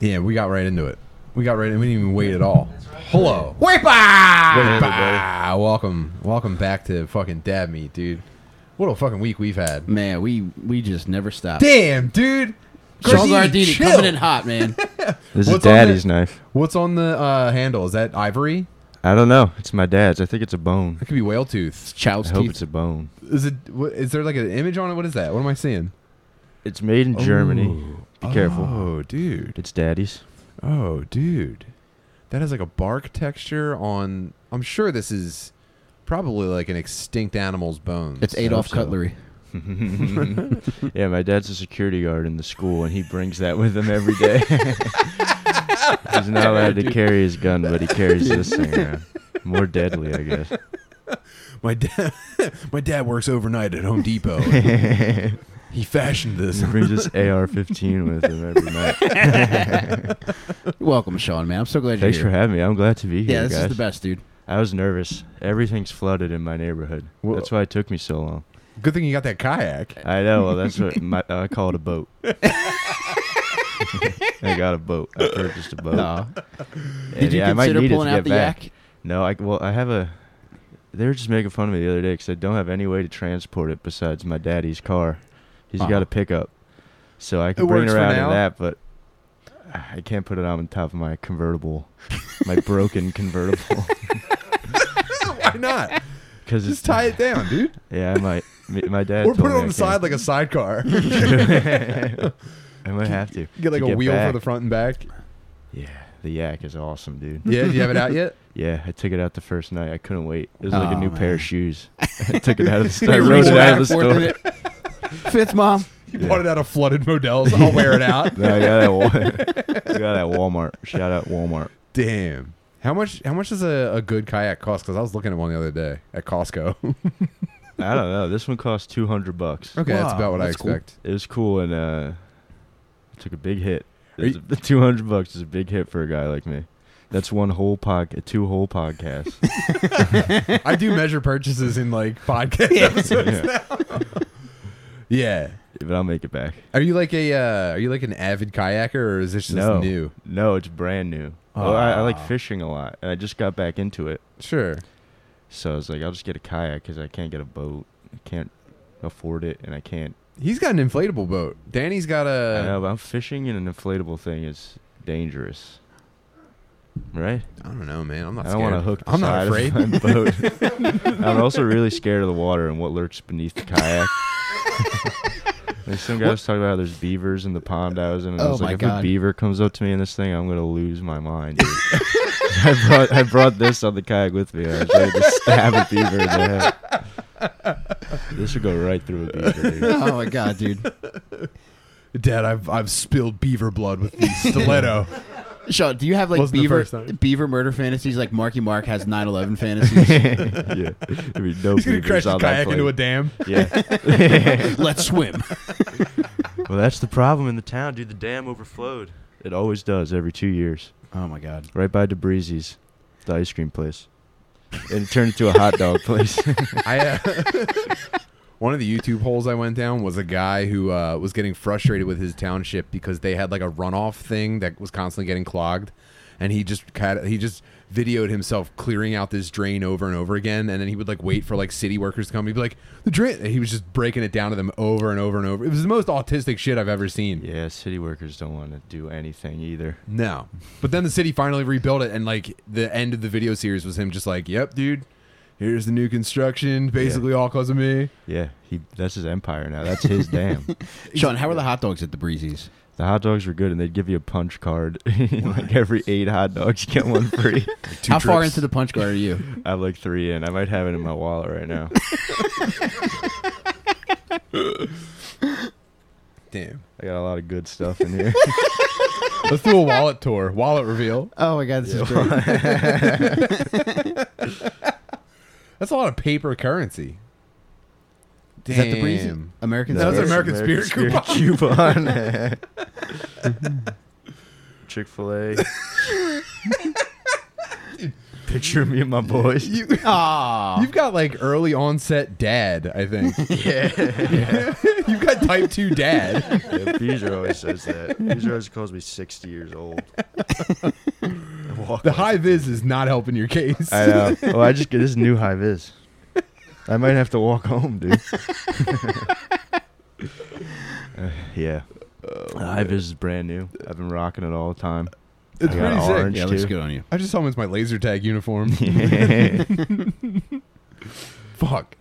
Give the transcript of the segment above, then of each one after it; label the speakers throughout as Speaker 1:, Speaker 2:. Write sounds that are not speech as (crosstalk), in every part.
Speaker 1: Yeah, we got right into it. We got right. in. We didn't even wait at all. Hello.
Speaker 2: Wait,
Speaker 1: Wait,
Speaker 2: bye.
Speaker 1: bah, welcome, welcome back to fucking dab me, dude. What a fucking week we've had.
Speaker 2: Man, we we just never stop.
Speaker 1: Damn, dude.
Speaker 2: Charles
Speaker 1: Chrissy,
Speaker 2: Ardini
Speaker 1: chill.
Speaker 2: coming in
Speaker 1: (laughs)
Speaker 2: hot, man.
Speaker 3: This
Speaker 1: What's
Speaker 3: is
Speaker 1: on
Speaker 3: daddy's
Speaker 1: the-
Speaker 3: knife.
Speaker 1: What's on the uh, handle? Is that ivory?
Speaker 3: I don't know. It's my dad's. I think it's a bone.
Speaker 1: That could be whale tooth.
Speaker 3: I
Speaker 2: Child's
Speaker 3: hope
Speaker 2: teeth.
Speaker 3: it's a bone.
Speaker 1: Is it? What, is there like an image on it? What is that? What am I seeing?
Speaker 3: It's made in Germany. Be careful.
Speaker 1: Oh, dude.
Speaker 3: It's daddy's. (laughs)
Speaker 1: Oh, dude. That has like a bark texture on. I'm sure this is probably like an extinct animal's bones.
Speaker 2: It's Adolf
Speaker 3: so.
Speaker 2: Cutlery.
Speaker 3: Yeah, my dad's a security guard in the school, and he brings that with him every day. (laughs) He's not allowed to carry his gun, but he carries this thing around. More deadly, I guess.
Speaker 1: My (laughs) dad, my dad works overnight at Home Depot.
Speaker 3: (laughs)
Speaker 1: he fashioned this.
Speaker 3: He brings this AR-15 with him every night.
Speaker 2: Welcome, Sean, man. I'm so glad you're
Speaker 3: Thanks
Speaker 2: here.
Speaker 3: for having me. I'm glad to be here,
Speaker 2: yeah, this
Speaker 3: guys.
Speaker 2: is the best, dude.
Speaker 3: I was nervous. Everything's flooded in my neighborhood.
Speaker 1: Wha-
Speaker 3: That's why it took me so long.
Speaker 1: Good thing you got that
Speaker 3: (laughs)
Speaker 1: kayak.
Speaker 3: I know. Well,
Speaker 1: (laughs)
Speaker 3: that's what my, I call it a boat. I got a boat. I purchased a boat.
Speaker 1: Oh,
Speaker 2: No.
Speaker 3: And
Speaker 2: Did you
Speaker 3: yeah, I might
Speaker 2: consider
Speaker 3: need it
Speaker 2: pulling
Speaker 3: to
Speaker 2: out
Speaker 3: get
Speaker 2: the
Speaker 3: back.
Speaker 2: yak?
Speaker 3: No, I well, I have a. They were just making fun of me the other day because I don't have any way to transport it besides my daddy's car. He's
Speaker 2: Uh-huh.
Speaker 3: got a pickup, so I can
Speaker 1: It
Speaker 3: bring it
Speaker 1: works for
Speaker 3: around
Speaker 1: now.
Speaker 3: in that. But I can't put it on top of my convertible,
Speaker 1: (laughs)
Speaker 3: my broken convertible,
Speaker 1: Why not?
Speaker 3: because it's
Speaker 1: Just tie it down,
Speaker 3: (laughs)
Speaker 1: dude.
Speaker 3: Yeah, I might. M- My dad.
Speaker 1: Or
Speaker 3: told
Speaker 1: put it
Speaker 3: me
Speaker 1: on
Speaker 3: I
Speaker 1: the side
Speaker 3: can't.
Speaker 1: like a
Speaker 3: (laughs)
Speaker 1: sidecar. (laughs)
Speaker 3: I might have to
Speaker 1: Get like
Speaker 3: to
Speaker 1: a wheel
Speaker 3: back.
Speaker 1: for the front and back.
Speaker 3: Yeah, the yak is awesome, dude.
Speaker 1: Yeah, do you have it out yet?
Speaker 3: Yeah, I took it out the first night. I couldn't wait. It was like
Speaker 2: Aw,
Speaker 3: a new pair
Speaker 2: man.
Speaker 3: of shoes. I took it out of the store. (laughs) I
Speaker 2: You
Speaker 3: rode it
Speaker 2: wore
Speaker 3: out of the
Speaker 2: forth in
Speaker 3: store.
Speaker 2: it.
Speaker 3: (laughs)
Speaker 2: Fifth mom.
Speaker 1: You
Speaker 3: (laughs) Yeah.
Speaker 1: bought it out of flooded Models. I'll wear it
Speaker 3: (laughs)
Speaker 1: out.
Speaker 3: (laughs) No, I got it at Wal- I got it at Walmart. Shout out Walmart.
Speaker 1: Damn. How much? How much does a, a good kayak cost? Because I was looking at one the other day at Costco. okay,
Speaker 3: I don't know. This one cost two hundred bucks.
Speaker 1: that's
Speaker 2: Wow,
Speaker 1: about what I
Speaker 2: that's cool.
Speaker 1: expect.
Speaker 3: It was cool and uh, I took a big hit.
Speaker 1: Are you-
Speaker 3: The two hundred bucks is a (laughs) big hit for a guy like me. That's one whole podcast, two whole podcasts.
Speaker 1: I do measure purchases in like (laughs) podcast episodes.
Speaker 3: yeah,
Speaker 1: Yeah.
Speaker 3: but I'll make it back.
Speaker 1: Are you like a uh, are you like an avid kayaker or is this just
Speaker 3: no,
Speaker 1: new?
Speaker 3: no, it's brand new. Well, I, I like
Speaker 1: Ah.
Speaker 3: fishing a lot, and I just got back into it.
Speaker 1: Sure.
Speaker 3: So I was like, I'll just get a kayak because I can't get a boat. I can't afford it, and I can't.
Speaker 1: He's got an inflatable boat. Danny's got
Speaker 3: I
Speaker 1: a
Speaker 3: know, but I'm fishing in an inflatable thing is dangerous, right?
Speaker 1: I don't know, man. I'm not
Speaker 3: I don't want to
Speaker 1: scared.
Speaker 3: hook. The
Speaker 1: I'm not
Speaker 3: side of (laughs)
Speaker 1: afraid.
Speaker 3: my
Speaker 1: (laughs)
Speaker 3: boat. I'm also really scared of the water and what lurks beneath the
Speaker 1: (laughs)
Speaker 3: kayak. Like some guy was talking about how there's beavers in the pond I was in, and I
Speaker 2: Oh
Speaker 3: was
Speaker 2: my
Speaker 3: like, if
Speaker 2: God.
Speaker 3: a beaver comes up to me in this thing, I'm gonna lose my
Speaker 1: (laughs)
Speaker 3: mind. dude. (laughs) I brought I brought this on the kayak with me. I was ready to stab a beaver in the head. This would go right through a beaver. Dude.
Speaker 2: Oh my god, dude.
Speaker 1: Dad, I've I've spilled beaver blood with the
Speaker 3: (laughs)
Speaker 1: stiletto.
Speaker 2: Sean, do you have like
Speaker 1: Wasn't the
Speaker 2: beaver
Speaker 1: first time.
Speaker 2: beaver murder fantasies like Marky Mark has 9/11
Speaker 1: (laughs)
Speaker 3: (laughs)
Speaker 2: fantasies?
Speaker 3: yeah, there'd be no
Speaker 1: He's gonna
Speaker 3: beavers
Speaker 1: crash
Speaker 3: on
Speaker 1: the
Speaker 3: that
Speaker 1: kayak into a dam.
Speaker 3: plane.
Speaker 1: (laughs)
Speaker 3: Yeah.
Speaker 2: Let's swim.
Speaker 3: Well, that's the problem in the town, dude. The dam overflowed. It always does every two years,
Speaker 2: Oh my god.
Speaker 3: right by DeBreezy's, the ice cream place, and it turned into a hot dog
Speaker 1: (laughs)
Speaker 3: place.
Speaker 1: I uh, one of the YouTube holes I went down was a guy who uh, was getting frustrated with his township because they had like a runoff thing that was constantly getting clogged, and he just had, he just videoed himself clearing out this drain over and over again, and then he would like wait for like city workers to come. He'd be like the drain. and he was just breaking it down to them over and over and over. It was the most autistic shit I've ever seen.
Speaker 3: yeah, city workers don't want to do anything either.
Speaker 1: No, but then the city finally rebuilt it, and like the end of the video series was him just like, "Yep, dude." Here's the new construction, basically all cause of me.
Speaker 3: Yeah, he that's his empire now. That's
Speaker 1: (laughs)
Speaker 3: his dam.
Speaker 2: Sean, how are the hot dogs at the Breezies?
Speaker 3: The hot dogs were good, and they'd give you a punch card. (laughs) like every eight hot dogs, you
Speaker 1: (laughs)
Speaker 3: get one free.
Speaker 2: How far
Speaker 1: trips.
Speaker 2: into the punch card are you?
Speaker 3: (laughs) I have like three in. I might have it in my wallet right now.
Speaker 1: Damn.
Speaker 3: I got a lot of good stuff in here.
Speaker 1: Let's do a wallet tour, wallet reveal.
Speaker 2: Oh my god, this is
Speaker 1: (laughs)
Speaker 2: great.
Speaker 1: That's a lot of paper currency. Damn.
Speaker 2: Is that the Breezy?
Speaker 1: (laughs)
Speaker 2: American
Speaker 1: That was
Speaker 2: Spirit?
Speaker 1: American Spirit
Speaker 3: coupon. (laughs)
Speaker 1: (laughs)
Speaker 3: Chick Fil A. Picture me and my boys.
Speaker 1: (laughs) You,
Speaker 2: Aw.
Speaker 1: you've got like early onset dad, I think.
Speaker 3: (laughs) yeah.
Speaker 1: you've got type two dad.
Speaker 3: Yeah, Beezer always says that. Beezer always calls me 60 years old. I walk
Speaker 1: The
Speaker 3: like-
Speaker 1: high vis is not helping your case.
Speaker 3: I (laughs) know. Well, Oh, I just get this new high vis. I might have to walk home, dude. Uh, (laughs) yeah. The Uh, high vis is brand new. I've been rocking it all the (laughs) time.
Speaker 1: It's
Speaker 3: I got
Speaker 1: pretty sick.
Speaker 3: orange.
Speaker 2: yeah, it
Speaker 3: too.
Speaker 2: looks good on you.
Speaker 1: I just saw him with my laser tag
Speaker 3: (laughs)
Speaker 1: uniform. Fuck.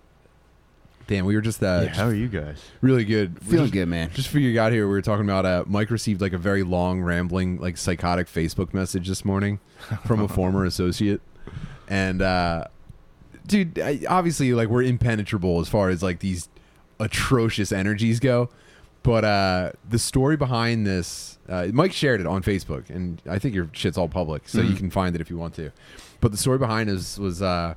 Speaker 1: Damn, we were just uh,
Speaker 3: Yeah, how are you guys?
Speaker 1: really good. We
Speaker 2: Feeling
Speaker 1: just,
Speaker 2: good, man.
Speaker 1: Just figured out here, we were talking about uh, Mike received like a very long, rambling, like psychotic Facebook message this morning from a former associate, and uh, dude, I, obviously, like we're impenetrable as far as like these atrocious energies go. But uh, the story behind this, uh, Mike shared it on Facebook, and I think your shit's all public, so you can find it if you want to. But the story behind this was. Uh,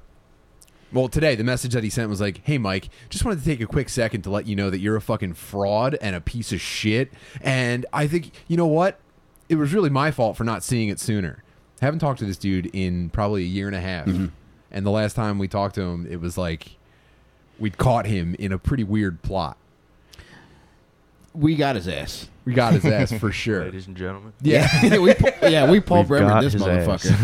Speaker 1: well, today the message that he sent was like, "Hey, Mike, just wanted to take a quick second to let you know that you're a fucking fraud and a piece of shit, and I think you know what? It was really my fault for not seeing it sooner. haven't talked to this dude in probably a year and a half,
Speaker 2: Mm-hmm.
Speaker 1: and the last time we talked to him, it was like we'd caught him in a pretty weird plot.
Speaker 2: We got his ass.
Speaker 1: We got his ass
Speaker 2: (laughs)
Speaker 1: for sure.
Speaker 3: Ladies and gentlemen.
Speaker 1: Yeah,
Speaker 2: yeah, (laughs) we, Paul- yeah, we Paul
Speaker 3: We've
Speaker 2: Bremer
Speaker 3: got
Speaker 2: this
Speaker 3: his
Speaker 2: motherfucker.
Speaker 3: ass.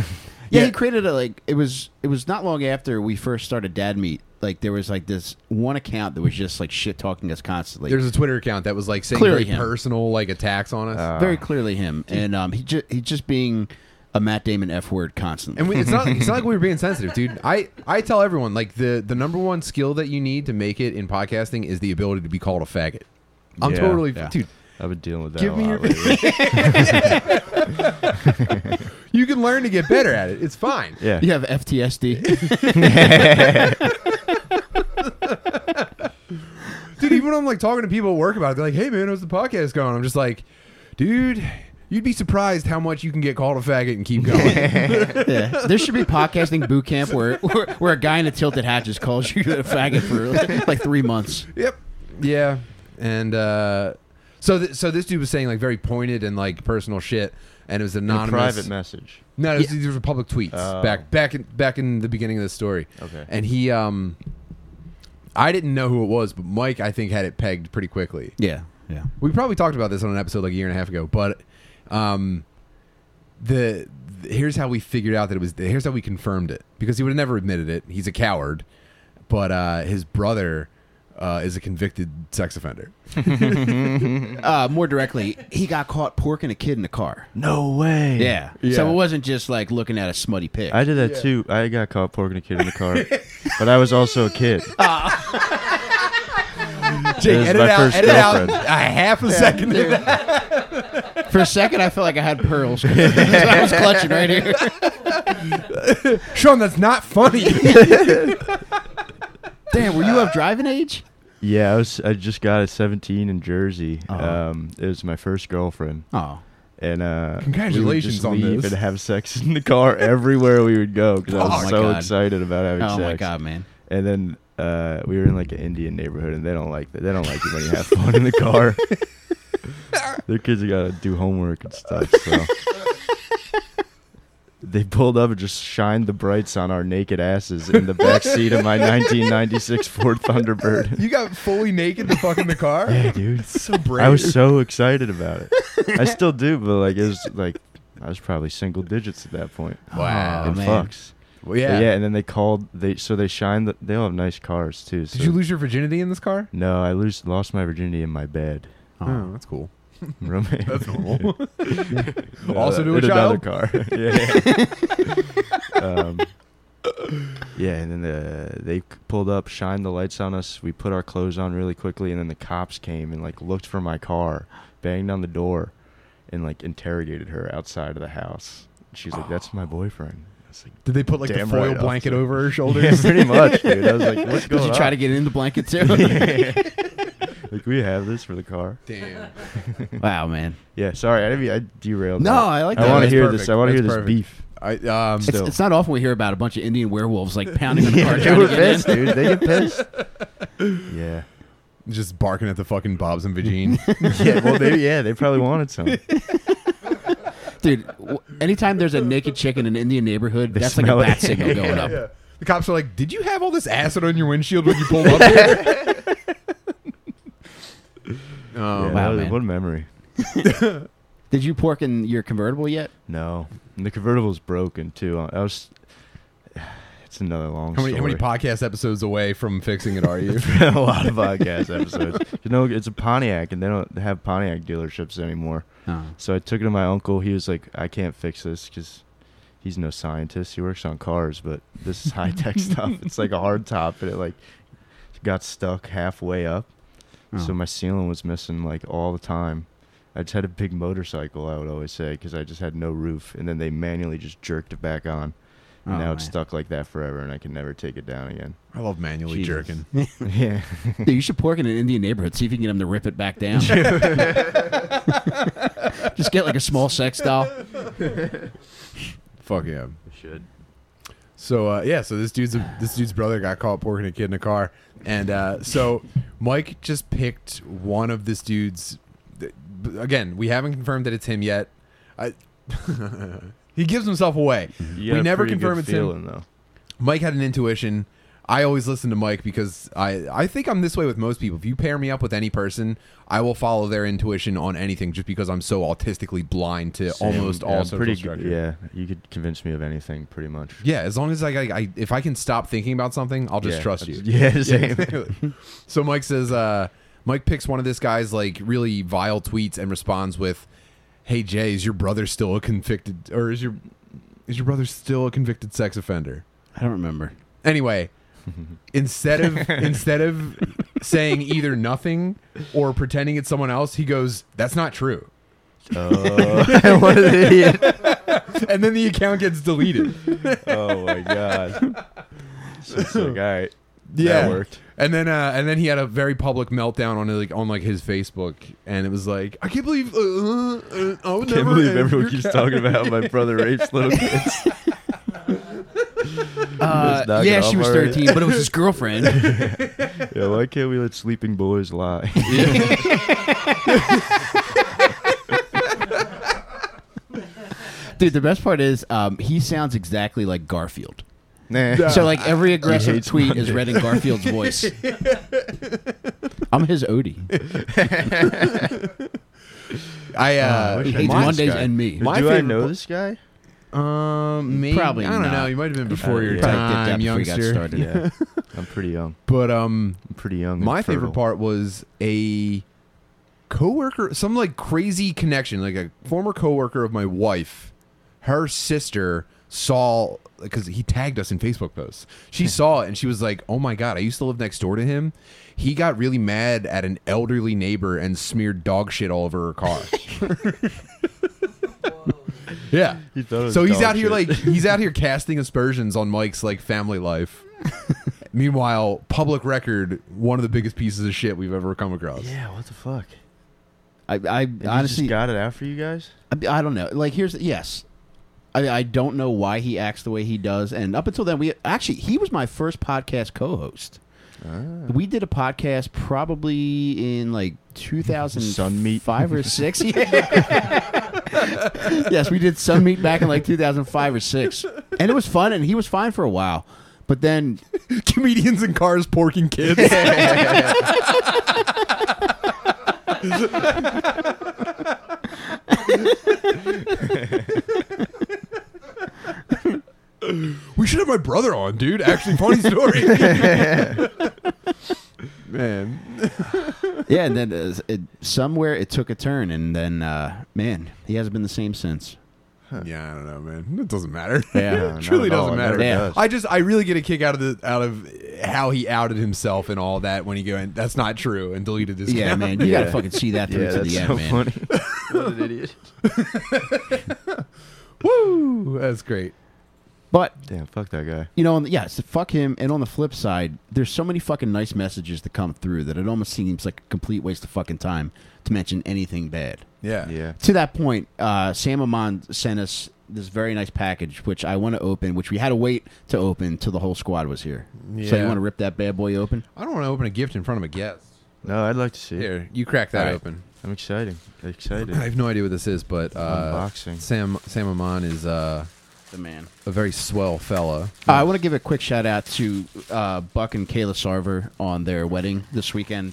Speaker 2: Yeah,
Speaker 1: Yeah.
Speaker 2: he created a like it was it was not long after we first started Dad Meet. Like there was like this one account that was just like shit talking us constantly.
Speaker 1: there's a Twitter account that was like saying
Speaker 2: Clearly
Speaker 1: very
Speaker 2: him.
Speaker 1: personal like attacks on us.
Speaker 2: very clearly him, and um, he just he's just being a Matt Damon f word constantly.
Speaker 1: And we, it's not it's
Speaker 3: (laughs)
Speaker 1: not like we were being sensitive, dude. I, I tell everyone like the the number one skill that you need to make it in podcasting is the ability to be called a faggot. I'm
Speaker 3: Yeah.
Speaker 1: totally
Speaker 2: Yeah.
Speaker 1: dude.
Speaker 3: I've been dealing with that
Speaker 1: Give
Speaker 3: a
Speaker 1: me
Speaker 3: lot
Speaker 1: your-
Speaker 3: (laughs) lately.
Speaker 1: You can learn to get better at it. It's fine.
Speaker 3: (laughs) Yeah.
Speaker 2: you have FTSD.
Speaker 1: Dude, even when I'm like talking to people at work about it, they're like, "Hey man, how's the podcast going?" I'm just like, "Dude, you'd be surprised how much you can get called a faggot and
Speaker 3: (laughs)
Speaker 1: keep going."
Speaker 2: yeah. There should be podcasting boot camp where, where where a guy in a tilted hat just calls you a faggot for like three months.
Speaker 1: yep. Yeah. And uh so th- so this dude was saying like very pointed and like personal shit and it was
Speaker 3: A
Speaker 1: anonymous
Speaker 3: private message.
Speaker 1: No, it was, these were public tweets
Speaker 3: Oh.
Speaker 1: back back in back in the beginning of the story.
Speaker 3: Okay.
Speaker 1: and he um, I didn't know who it was, but Mike I think had it pegged pretty quickly.
Speaker 2: Yeah, yeah.
Speaker 1: We probably talked about this on an episode like a year and a half ago, but um, the, the- here's how we figured out that it was here's how we confirmed it because he would have never admitted it. He's a coward, but uh, his brother uh, is a convicted sex offender.
Speaker 2: Uh, more directly, he got caught porking a kid in the car.
Speaker 3: No way.
Speaker 2: Yeah.
Speaker 1: Yeah.
Speaker 2: So it wasn't just like looking at a smutty pig.
Speaker 3: I did that too. I got caught porking a kid in the car, but I was also a
Speaker 2: (laughs)
Speaker 3: kid.
Speaker 2: Ah.
Speaker 3: It was my first girlfriend.
Speaker 1: a half a second. of that.
Speaker 2: For a second, I felt like I had pearls. (laughs) I was clutching
Speaker 3: (laughs)
Speaker 2: right here.
Speaker 1: Sean, that's not funny.
Speaker 2: Damn, were you of driving age?
Speaker 3: Yeah, I was. I just got a 17 in Jersey.
Speaker 2: Uh-huh.
Speaker 3: Um, it was my first girlfriend,
Speaker 2: Oh.
Speaker 3: and uh, we would
Speaker 1: Congratulations
Speaker 3: just
Speaker 1: on
Speaker 3: leave
Speaker 1: this.
Speaker 3: And have sex in the car (laughs) everywhere we would go because I
Speaker 2: Oh
Speaker 3: was
Speaker 2: my
Speaker 3: so
Speaker 2: God.
Speaker 3: excited about having
Speaker 2: Oh
Speaker 3: sex.
Speaker 2: my god, man.
Speaker 3: And then uh, we were in like an Indian neighborhood, and they don't like that. They don't like it when you have fun in
Speaker 1: (laughs)
Speaker 3: the car. Their kids gotta do homework and stuff. So they pulled up and just shined the brights on our naked asses in the back seat of my 1996 Ford
Speaker 1: (laughs)
Speaker 3: Thunderbird.
Speaker 1: you got fully naked to fuck in the car.
Speaker 3: Yeah, dude.
Speaker 1: So brave.
Speaker 3: I was so excited about it.
Speaker 1: (laughs)
Speaker 3: I still do, but like it was like I was probably single digits at that point.
Speaker 1: Wow.
Speaker 2: Oh,
Speaker 3: And
Speaker 2: man.
Speaker 3: fucks.
Speaker 1: Well, yeah.
Speaker 3: Yeah. yeah, and then they called they so they shined the, they all have nice cars too. So.
Speaker 1: Did you lose your virginity in this car?
Speaker 3: No, I lose, lost my virginity in
Speaker 1: (laughs)
Speaker 3: my bed.
Speaker 1: Oh, that's cool.
Speaker 3: Roommate. (laughs)
Speaker 1: That's normal.
Speaker 3: No,
Speaker 1: Also to a
Speaker 3: in another
Speaker 1: child? (laughs)
Speaker 3: car. (laughs) yeah. um, yeah, and then the, they c- pulled up, shined the lights on us. We put our clothes on really quickly, and then the cops came and like looked for my car, banged on the door, and like interrogated her outside of the house. She's like, "That's my boyfriend." I was like,
Speaker 1: Did they put like
Speaker 3: Damn
Speaker 1: the foil
Speaker 3: right,
Speaker 1: blanket
Speaker 3: officer.
Speaker 1: over her
Speaker 3: (laughs) yeah,
Speaker 1: shoulders?
Speaker 3: pretty much, dude. I was like,
Speaker 1: (laughs)
Speaker 3: "What's
Speaker 2: Did
Speaker 3: going
Speaker 2: you
Speaker 3: on?"
Speaker 2: try to get in the
Speaker 3: (laughs)
Speaker 2: blanket too?
Speaker 3: like, we have this for the car.
Speaker 1: Damn.
Speaker 2: wow, man.
Speaker 3: Yeah, sorry, I, didn't- I derailed.
Speaker 2: No,
Speaker 3: that.
Speaker 2: I like
Speaker 3: I
Speaker 2: that.
Speaker 3: want to
Speaker 1: That's
Speaker 3: hear
Speaker 1: perfect.
Speaker 3: this. I want to
Speaker 1: That's
Speaker 3: hear this
Speaker 1: perfect.
Speaker 3: beef.
Speaker 1: I um.
Speaker 3: Still.
Speaker 2: It's, it's not often we hear about a bunch of Indian werewolves like
Speaker 3: (laughs)
Speaker 2: pounding on the car.
Speaker 3: they
Speaker 2: trying
Speaker 3: were
Speaker 2: to get in.
Speaker 3: pissed, dude. They get
Speaker 2: (laughs)
Speaker 3: pissed. Yeah.
Speaker 1: just barking at the fucking Bob's and Vagine.
Speaker 3: (laughs) Yeah. Well, they yeah they probably wanted
Speaker 2: (laughs)
Speaker 3: some.
Speaker 2: Oh,
Speaker 3: They
Speaker 2: Dude, w- anytime there's a naked chick in an Indian neighborhood,
Speaker 3: They
Speaker 2: that's like a
Speaker 3: smell it.
Speaker 2: bat signal going
Speaker 3: (laughs) Yeah.
Speaker 2: up.
Speaker 1: The cops are like,
Speaker 3: (laughs)
Speaker 1: "Did you have all this acid on your windshield when you pulled up here?" Um,
Speaker 3: yeah,
Speaker 2: Wow,
Speaker 3: that was-
Speaker 2: man.
Speaker 3: What a memory.
Speaker 2: Did you pork in your convertible yet?
Speaker 3: No, and the convertible's broken too. I I was. (sighs) It's another long
Speaker 1: How many, how
Speaker 3: story.
Speaker 1: many podcast episodes away from fixing it are you?
Speaker 3: (laughs) a lot of podcast episodes. You know, it's a Pontiac, and they don't have Pontiac dealerships anymore.
Speaker 2: Oh.
Speaker 3: So I took it to my uncle. He was like, "I can't fix this because he's no scientist. He works on cars, but this (laughs) is high tech stuff. It's like a hard top, and it like got stuck halfway up. So my ceiling was missing like all the time. I just had a big motorcycle, I would always say, because I just had no roof, and then they manually just jerked it back on. And
Speaker 2: Oh,
Speaker 3: now it's
Speaker 2: man.
Speaker 3: stuck like that forever, and I can never take it down again.
Speaker 1: I love manually
Speaker 3: Jesus.
Speaker 1: jerking.
Speaker 3: (laughs) yeah.
Speaker 2: Dude, you should pork in an Indian neighborhood. See if you can get them to rip it
Speaker 3: (laughs)
Speaker 2: back down. (laughs) Just get like a small sex doll.
Speaker 1: Fuck yeah.
Speaker 3: Should.
Speaker 1: So uh, yeah, so this dude's this dude's brother got caught porking a kid in a car, and uh, so Mike just picked one of this dude's. th- Again, we haven't confirmed that it's him yet. I, (laughs) he gives himself away.
Speaker 3: Mm-hmm.
Speaker 1: we never confirm it's him.
Speaker 3: feeling, though.
Speaker 1: Mike had an intuition. I always listen to Mike because I, I think I'm this way with most people. If you pair me up with any person, I will follow their intuition on anything just because I'm so autistically blind to almost
Speaker 3: Yeah,
Speaker 1: all
Speaker 3: I'm
Speaker 1: social
Speaker 3: pretty, g-
Speaker 1: structure.
Speaker 3: Yeah, you could convince me of anything, pretty much.
Speaker 1: Yeah, as long as I, I, I if I can stop thinking about something, I'll just
Speaker 3: Yeah,
Speaker 1: trust
Speaker 3: I
Speaker 1: you.
Speaker 3: just- (laughs) Yeah, same.
Speaker 1: (laughs) so Mike says, uh, Mike picks one of this guy's like really vile tweets and responds with, "Hey Jay, is your brother still a convicted, or is your is your brother still a convicted sex offender?"
Speaker 2: I don't remember.
Speaker 3: (laughs)
Speaker 1: Anyway, instead of instead of saying either nothing or pretending it's someone else, he goes, "That's not true,"
Speaker 3: oh, (laughs) what an idiot.
Speaker 1: (laughs) and then the account gets deleted.
Speaker 3: Oh, my God. So (laughs) it's like, all right.
Speaker 1: Yeah.
Speaker 3: That worked.
Speaker 1: And then, uh, and then he had a very public meltdown on like on like his Facebook, and it was like, I can't believe, uh, uh, uh, I would
Speaker 3: Can't
Speaker 1: never
Speaker 3: believe
Speaker 1: end
Speaker 3: everyone
Speaker 1: your
Speaker 3: keeps
Speaker 1: cat."
Speaker 3: talking about how my brother (laughs) rapes little kids.
Speaker 2: Uh,
Speaker 3: Just knock
Speaker 2: yeah,
Speaker 3: it
Speaker 2: she
Speaker 3: off
Speaker 2: was
Speaker 3: already.
Speaker 2: 13, but it was
Speaker 3: (laughs)
Speaker 2: his girlfriend.
Speaker 3: Yeah, why can't we let sleeping boys lie?
Speaker 2: Dude, the best part is um, he sounds exactly like Garfield.
Speaker 3: (laughs) nah.
Speaker 2: So, like, every aggressive
Speaker 3: hates
Speaker 2: tweet is read in
Speaker 3: (laughs)
Speaker 2: Garfield's voice. I'm his Odie.
Speaker 1: I,
Speaker 3: Oh, I
Speaker 1: uh,
Speaker 3: wish
Speaker 2: He hates
Speaker 1: my-
Speaker 2: Mondays
Speaker 3: guy.
Speaker 2: and me.
Speaker 3: Do
Speaker 1: My
Speaker 3: I
Speaker 1: favorite
Speaker 3: know
Speaker 1: bo-
Speaker 3: this guy?
Speaker 1: um, maybe
Speaker 2: Probably
Speaker 1: I don't
Speaker 2: not.
Speaker 1: know. You might have been before
Speaker 3: Uh,
Speaker 1: your
Speaker 3: yeah.
Speaker 2: Probably did that
Speaker 1: time,
Speaker 2: before he got
Speaker 1: youngster.
Speaker 2: started.
Speaker 3: Yeah. (laughs) I'm pretty young.
Speaker 1: But um,
Speaker 3: I'm pretty young. and
Speaker 1: my favorite
Speaker 3: fertile.
Speaker 1: part was a coworker, some like crazy connection, like a former coworker of my wife, her sister saw because he tagged us in Facebook posts.
Speaker 3: Hmm.
Speaker 1: She saw it and she was like, "Oh my god, I used to live next door to him. He got really mad at an elderly neighbor and smeared dog shit all over her car." yeah.
Speaker 3: He thought it was
Speaker 1: So he's
Speaker 3: dog
Speaker 1: out here
Speaker 3: shit.
Speaker 1: like he's out
Speaker 3: (laughs)
Speaker 1: here casting aspersions on Mike's like family life. Meanwhile, public record, one of the biggest pieces of shit we've ever come across.
Speaker 3: Yeah, what the fuck?
Speaker 2: I, I
Speaker 3: And he
Speaker 2: honestly,
Speaker 3: just got it out for you guys?
Speaker 2: I, I don't know. Like, here's yes, I, I don't know why he acts the way he does. And up until then, we actually he was my first podcast co-host.
Speaker 3: Ah.
Speaker 2: We did a podcast probably in like 2000
Speaker 3: Sun Meat.
Speaker 2: five
Speaker 3: (laughs)
Speaker 2: or six. (laughs) Yeah. yes, we did Sun Meat back in like 2005 or six, and it was fun. And he was fine for a while, but then
Speaker 1: (laughs) Comedians in cars porking kids. we should have my brother on, dude. Actually, funny story. Man.
Speaker 2: yeah, and then uh, it, somewhere it took a turn, and then uh, man, he hasn't been the
Speaker 3: (laughs)
Speaker 2: same since.
Speaker 1: Yeah, I don't know, man. It doesn't matter. (laughs)
Speaker 2: Yeah.
Speaker 3: No, not
Speaker 1: truly
Speaker 3: at all.
Speaker 1: doesn't
Speaker 3: It
Speaker 1: matter.
Speaker 3: never
Speaker 2: Yeah.
Speaker 3: does.
Speaker 1: I just I really get a kick out of the out of how he outed himself and all that when he go and that's not true and deleted his
Speaker 2: Yeah,
Speaker 1: account.
Speaker 2: man, you gotta
Speaker 3: Yeah.
Speaker 2: fucking see that through
Speaker 3: Yeah,
Speaker 2: to
Speaker 3: that's
Speaker 2: the end,
Speaker 3: so
Speaker 2: man.
Speaker 3: funny. what an idiot.
Speaker 1: (laughs) Woo, that's great.
Speaker 2: But
Speaker 3: Damn, fuck that guy.
Speaker 2: you know, on the, yeah, so fuck him. And on the flip side, there's so many fucking nice messages that come through that it almost seems like a complete waste of fucking time to mention anything bad.
Speaker 1: Yeah,
Speaker 3: Yeah.
Speaker 2: To that point, uh, Sam Amon sent us this very nice package, which I want to open, which we had to wait to open till the whole squad was here. So
Speaker 1: Yeah.
Speaker 2: you want to rip that bad boy open?
Speaker 1: I don't want to open a gift in front of a guest.
Speaker 3: No, I'd like to see it.
Speaker 1: Here, you crack that
Speaker 2: All right.
Speaker 1: open.
Speaker 3: I'm excited. Excited.
Speaker 1: I have no idea what this is, but uh,
Speaker 3: Unboxing.
Speaker 1: Sam Sam Amon is uh,
Speaker 2: The man.
Speaker 1: a very swell fella.
Speaker 2: Uh, I want to give a quick shout out to uh, Buck and Kayla Sarver on their wedding this weekend.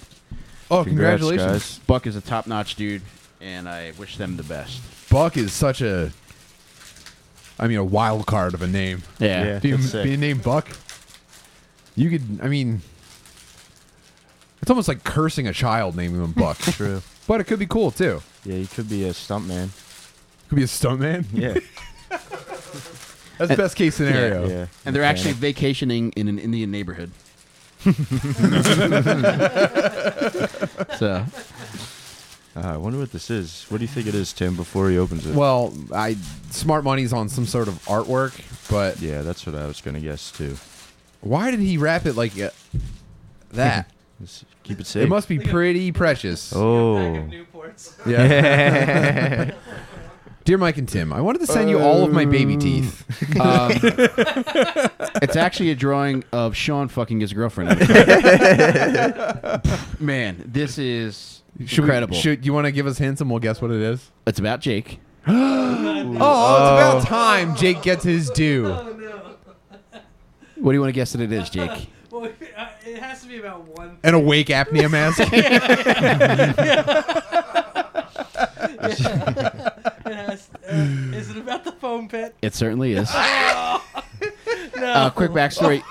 Speaker 1: Oh,
Speaker 3: Congrats,
Speaker 1: congratulations.
Speaker 3: guys.
Speaker 2: Buck is a top notch dude, and I wish them the best.
Speaker 1: Buck is such a, I mean, a wild card of a name.
Speaker 2: Yeah.
Speaker 3: Yeah.
Speaker 1: Being,
Speaker 3: that's sick.
Speaker 1: being named Buck, you could. I mean, it's almost like cursing a child naming him (laughs) Buck.
Speaker 3: True.
Speaker 1: but it could be cool too.
Speaker 3: Yeah, you could be a stuntman.
Speaker 1: Could be a stuntman.
Speaker 3: Yeah.
Speaker 1: That's the best case scenario.
Speaker 3: yeah.
Speaker 2: And they're
Speaker 3: Okay.
Speaker 2: actually vacationing in an
Speaker 1: (laughs)
Speaker 2: Indian neighborhood. so
Speaker 3: Uh, I wonder what this is. What do you think it is, Tim? Before he opens it.
Speaker 1: Well, I smart money's on some sort of artwork, but
Speaker 3: Yeah, that's what I was gonna guess too.
Speaker 1: why did he wrap it like uh, (laughs) that?
Speaker 3: Let's keep it safe.
Speaker 1: it must be pretty precious.
Speaker 3: Oh.
Speaker 4: (laughs)
Speaker 1: Yeah. Dear Mike and Tim, I wanted to send you all of my baby teeth.
Speaker 2: um, it's actually a drawing of Sean fucking his girlfriend.
Speaker 1: (laughs)
Speaker 2: Man, this is
Speaker 1: (laughs) Should we-
Speaker 2: incredible.
Speaker 1: should you want to give us hints and we'll guess what it is?
Speaker 2: It's about Jake.
Speaker 1: Oh, it's about time Jake gets his due.
Speaker 4: Oh no.
Speaker 2: What do you want to guess that it is, Jake?
Speaker 4: Well, uh, it has to be about one.
Speaker 1: An awake apnea mask. (laughs)
Speaker 4: It has, uh, is it about the foam pit? (laughs)
Speaker 2: It certainly
Speaker 1: (laughs)
Speaker 2: is.
Speaker 4: No.
Speaker 2: Uh, quick backstory.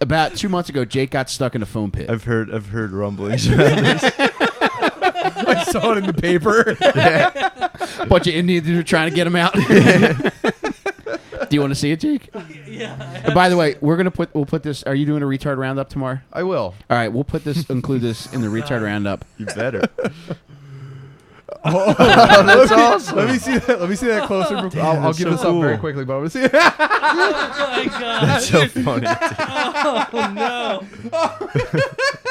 Speaker 2: About two months ago, Jake got stuck in a foam pit.
Speaker 3: (laughs) I've heard I've heard rumblings. about this.
Speaker 1: I saw it in the paper.
Speaker 2: A bunch of Indians who were trying to get him
Speaker 1: (laughs)
Speaker 2: out. (laughs) Do you want to see it, Jake?
Speaker 4: yeah.
Speaker 2: And by the way, we're gonna put we'll put this. Are you doing a retard roundup tomorrow?
Speaker 1: I (laughs) will.
Speaker 2: All right, we'll put this include this in the retard roundup.
Speaker 3: you better.
Speaker 1: That's awesome. Let me see that. Let me see that (laughs) closer. before- I'll, I'll
Speaker 3: that's
Speaker 1: give
Speaker 3: so
Speaker 1: this up very
Speaker 3: cool.
Speaker 1: quickly, but I want to see it.
Speaker 4: Oh my god.
Speaker 3: so funny.
Speaker 4: Oh (laughs) no.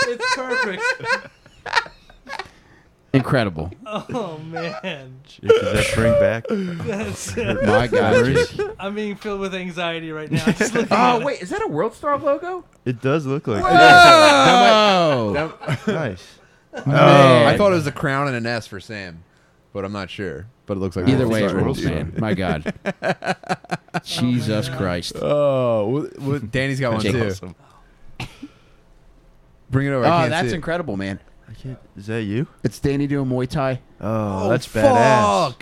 Speaker 4: it's perfect.
Speaker 2: Incredible.
Speaker 4: Oh man.
Speaker 3: Yeah, Does that bring back?
Speaker 4: That's it.
Speaker 2: My God.
Speaker 4: I'm being filled with anxiety right now. Just looking at it.
Speaker 2: wait, is that a World Star logo?
Speaker 3: It does look like
Speaker 2: Oh,
Speaker 3: it. nice.
Speaker 2: (laughs)
Speaker 1: I thought it was a crown and an S for Sam, but I'm not sure. But it looks like
Speaker 2: Either way,
Speaker 3: World
Speaker 2: it's
Speaker 3: Star.
Speaker 2: World Star.
Speaker 1: (laughs)
Speaker 2: My God. Jesus Christ.
Speaker 1: Oh, wh- wh- Danny's
Speaker 2: (laughs)
Speaker 1: got one
Speaker 2: Jake.
Speaker 1: too.
Speaker 3: Awesome.
Speaker 1: Bring it over. I
Speaker 2: Oh,
Speaker 1: can't
Speaker 2: that's
Speaker 1: see it.
Speaker 2: incredible, man.
Speaker 3: I can't, is that you?
Speaker 2: It's Danny doing Muay Thai.
Speaker 3: Oh, that's badass.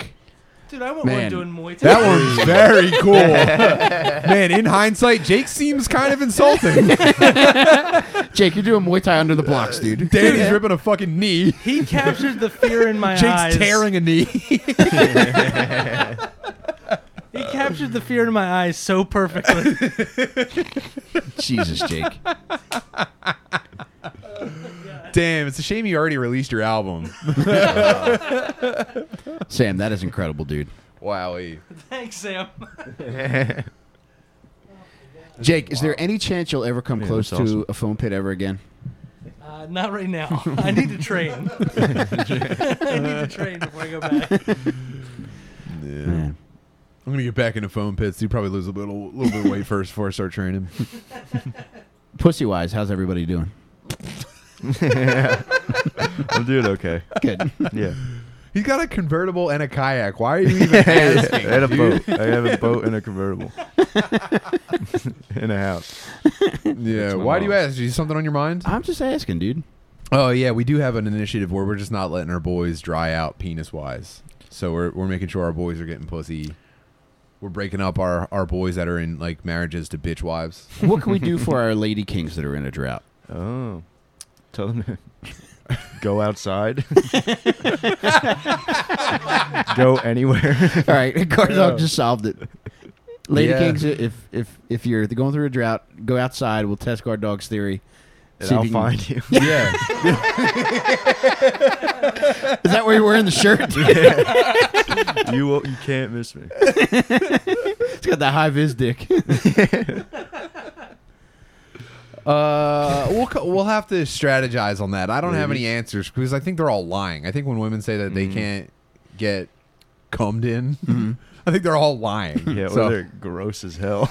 Speaker 4: Dude, I want
Speaker 2: Man.
Speaker 4: one doing Muay Thai.
Speaker 1: That one's (laughs) very cool. Man, in hindsight, Jake seems kind of insulting.
Speaker 2: Jake, you're doing Muay Thai under the
Speaker 1: (laughs)
Speaker 2: blocks, dude.
Speaker 1: Danny's ripping a fucking knee.
Speaker 4: He captured the fear in my
Speaker 1: Jake's
Speaker 4: eyes.
Speaker 1: tearing a knee.
Speaker 4: He captured the fear in my eyes so perfectly.
Speaker 2: Jesus, Jake.
Speaker 1: Damn, it's a shame you already released your album.
Speaker 2: Sam, that is incredible, dude.
Speaker 1: Wowie.
Speaker 4: Thanks, Sam.
Speaker 2: Jake, is there any chance you'll ever come
Speaker 3: Yeah,
Speaker 2: close
Speaker 3: that's awesome.
Speaker 2: to a foam pit ever
Speaker 4: (laughs)
Speaker 2: again?
Speaker 4: Uh, not right now. I need to train. I need to train before I go back.
Speaker 2: (laughs) Man.
Speaker 1: I'm gonna get back into foam pits. You probably lose a little, little bit of weight first before I start (laughs) training.
Speaker 2: Pussy wise, how's everybody
Speaker 1: (laughs)
Speaker 2: doing?
Speaker 3: (laughs) I'm doing okay.
Speaker 2: Good.
Speaker 3: Yeah.
Speaker 1: He's got a convertible and a kayak. Why are you (laughs)
Speaker 3: (laughs)
Speaker 1: even asking?
Speaker 3: I had a
Speaker 1: dude?
Speaker 3: boat. I have a boat and a convertible. (laughs) In a house.
Speaker 1: Yeah.
Speaker 3: my
Speaker 1: Why do you
Speaker 3: mom.
Speaker 1: ask? Is something on your mind?
Speaker 2: I'm just asking, dude.
Speaker 1: Oh yeah, we do have an initiative where we're just not letting our boys dry out penis wise. So we're we're making sure our boys are getting pussy. We're breaking up our, our boys that are in like marriages to bitch wives.
Speaker 2: What can we
Speaker 1: (laughs)
Speaker 2: do for our lady kings that are in a drought?
Speaker 3: Oh. Tell them to (laughs) go outside. (laughs) go anywhere. (laughs)
Speaker 2: (laughs) All right, Cardog just solved it. Lady
Speaker 1: Yeah.
Speaker 2: Kings, if if if you're going through a drought, go outside. We'll test guard dog's theory.
Speaker 3: And
Speaker 2: See if
Speaker 3: I'll
Speaker 2: you can-
Speaker 3: find you.
Speaker 1: Yeah.
Speaker 2: (laughs) Is that where you're wearing the shirt?
Speaker 3: (laughs)
Speaker 2: (laughs)
Speaker 3: You won't, you can't miss me.
Speaker 2: it's got that high vis dick. (laughs)
Speaker 1: Uh, we'll co- we'll have to strategize on that. I don't have any answers because I think they're all lying. I think when women say that they
Speaker 3: Mm-hmm.
Speaker 1: can't get cummed in, (laughs) I think they're all lying.
Speaker 3: Yeah,
Speaker 1: So-
Speaker 3: or they're gross as hell.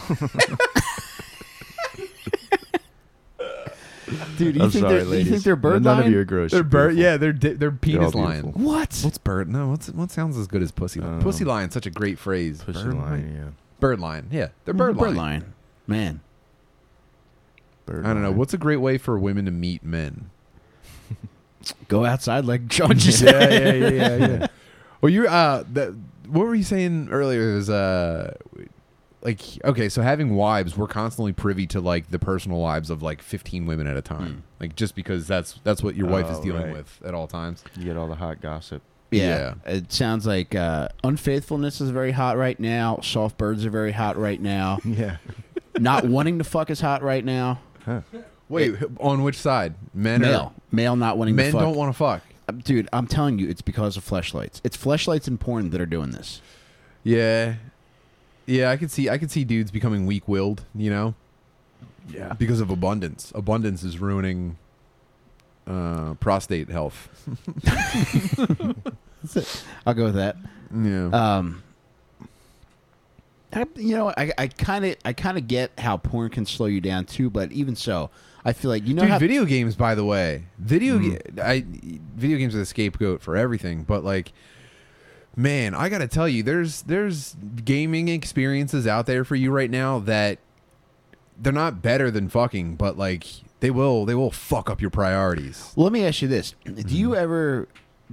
Speaker 2: Dude, you
Speaker 3: I'm
Speaker 2: think
Speaker 3: sorry,
Speaker 2: they're,
Speaker 3: ladies.
Speaker 2: you think they're bird
Speaker 3: None
Speaker 2: line?
Speaker 3: of you are gross.
Speaker 1: they're
Speaker 3: You're
Speaker 1: bird.
Speaker 3: beautiful.
Speaker 1: Yeah, they're di- they're penis lying.
Speaker 3: beautiful.
Speaker 2: What?
Speaker 1: What's bird? No, what's what sounds as good as pussy? Line?
Speaker 3: Um,
Speaker 1: pussy lion, such a great phrase.
Speaker 3: Pussy Mm,
Speaker 1: bird
Speaker 3: line, yeah.
Speaker 1: Bird line. Yeah, they're bird, line.
Speaker 2: Man.
Speaker 3: Bird
Speaker 1: I don't know.
Speaker 3: line.
Speaker 1: What's a great way for women to meet men?
Speaker 2: Go outside like (laughs) John just said.
Speaker 1: yeah, yeah, yeah, yeah, yeah. Well, you uh, that, what were you saying earlier? Is uh, like okay, so having wives, we're constantly privy to like the personal lives of like fifteen women at a time, like just because that's that's what your wife is
Speaker 3: Oh,
Speaker 1: dealing
Speaker 3: right.
Speaker 1: with at all times.
Speaker 3: You get all the hot gossip.
Speaker 2: (laughs) Yeah. It sounds like uh, unfaithfulness is very hot right now. Soft birds are very hot right now.
Speaker 3: (laughs) Yeah.
Speaker 2: Not wanting to fuck is hot right now.
Speaker 1: Wait, on which side, men
Speaker 2: Male. Male not
Speaker 1: or
Speaker 2: wanting to
Speaker 1: men
Speaker 2: fuck.
Speaker 1: don't want to fuck?
Speaker 2: Uh, Dude, I'm telling you, it's because of fleshlights. It's fleshlights and porn that are doing this.
Speaker 1: Yeah, yeah, I could see I could see dudes becoming weak willed, you know,
Speaker 2: Yeah.
Speaker 1: because of abundance. Abundance is ruining uh prostate health.
Speaker 2: I'll go with that.
Speaker 1: Yeah.
Speaker 2: Um, I, you know, I I kind of I kind of get how porn can slow you down too, but even so, I feel like you know
Speaker 1: Dude,
Speaker 2: how
Speaker 1: video games, by the way, video
Speaker 2: Hmm.
Speaker 1: ga- I video games are the scapegoat for everything. But like, man, I gotta tell you, there's there's gaming experiences out there for you right now that they're not better than fucking, but like they will they will fuck up your priorities.
Speaker 2: Let me ask you this: Do you ever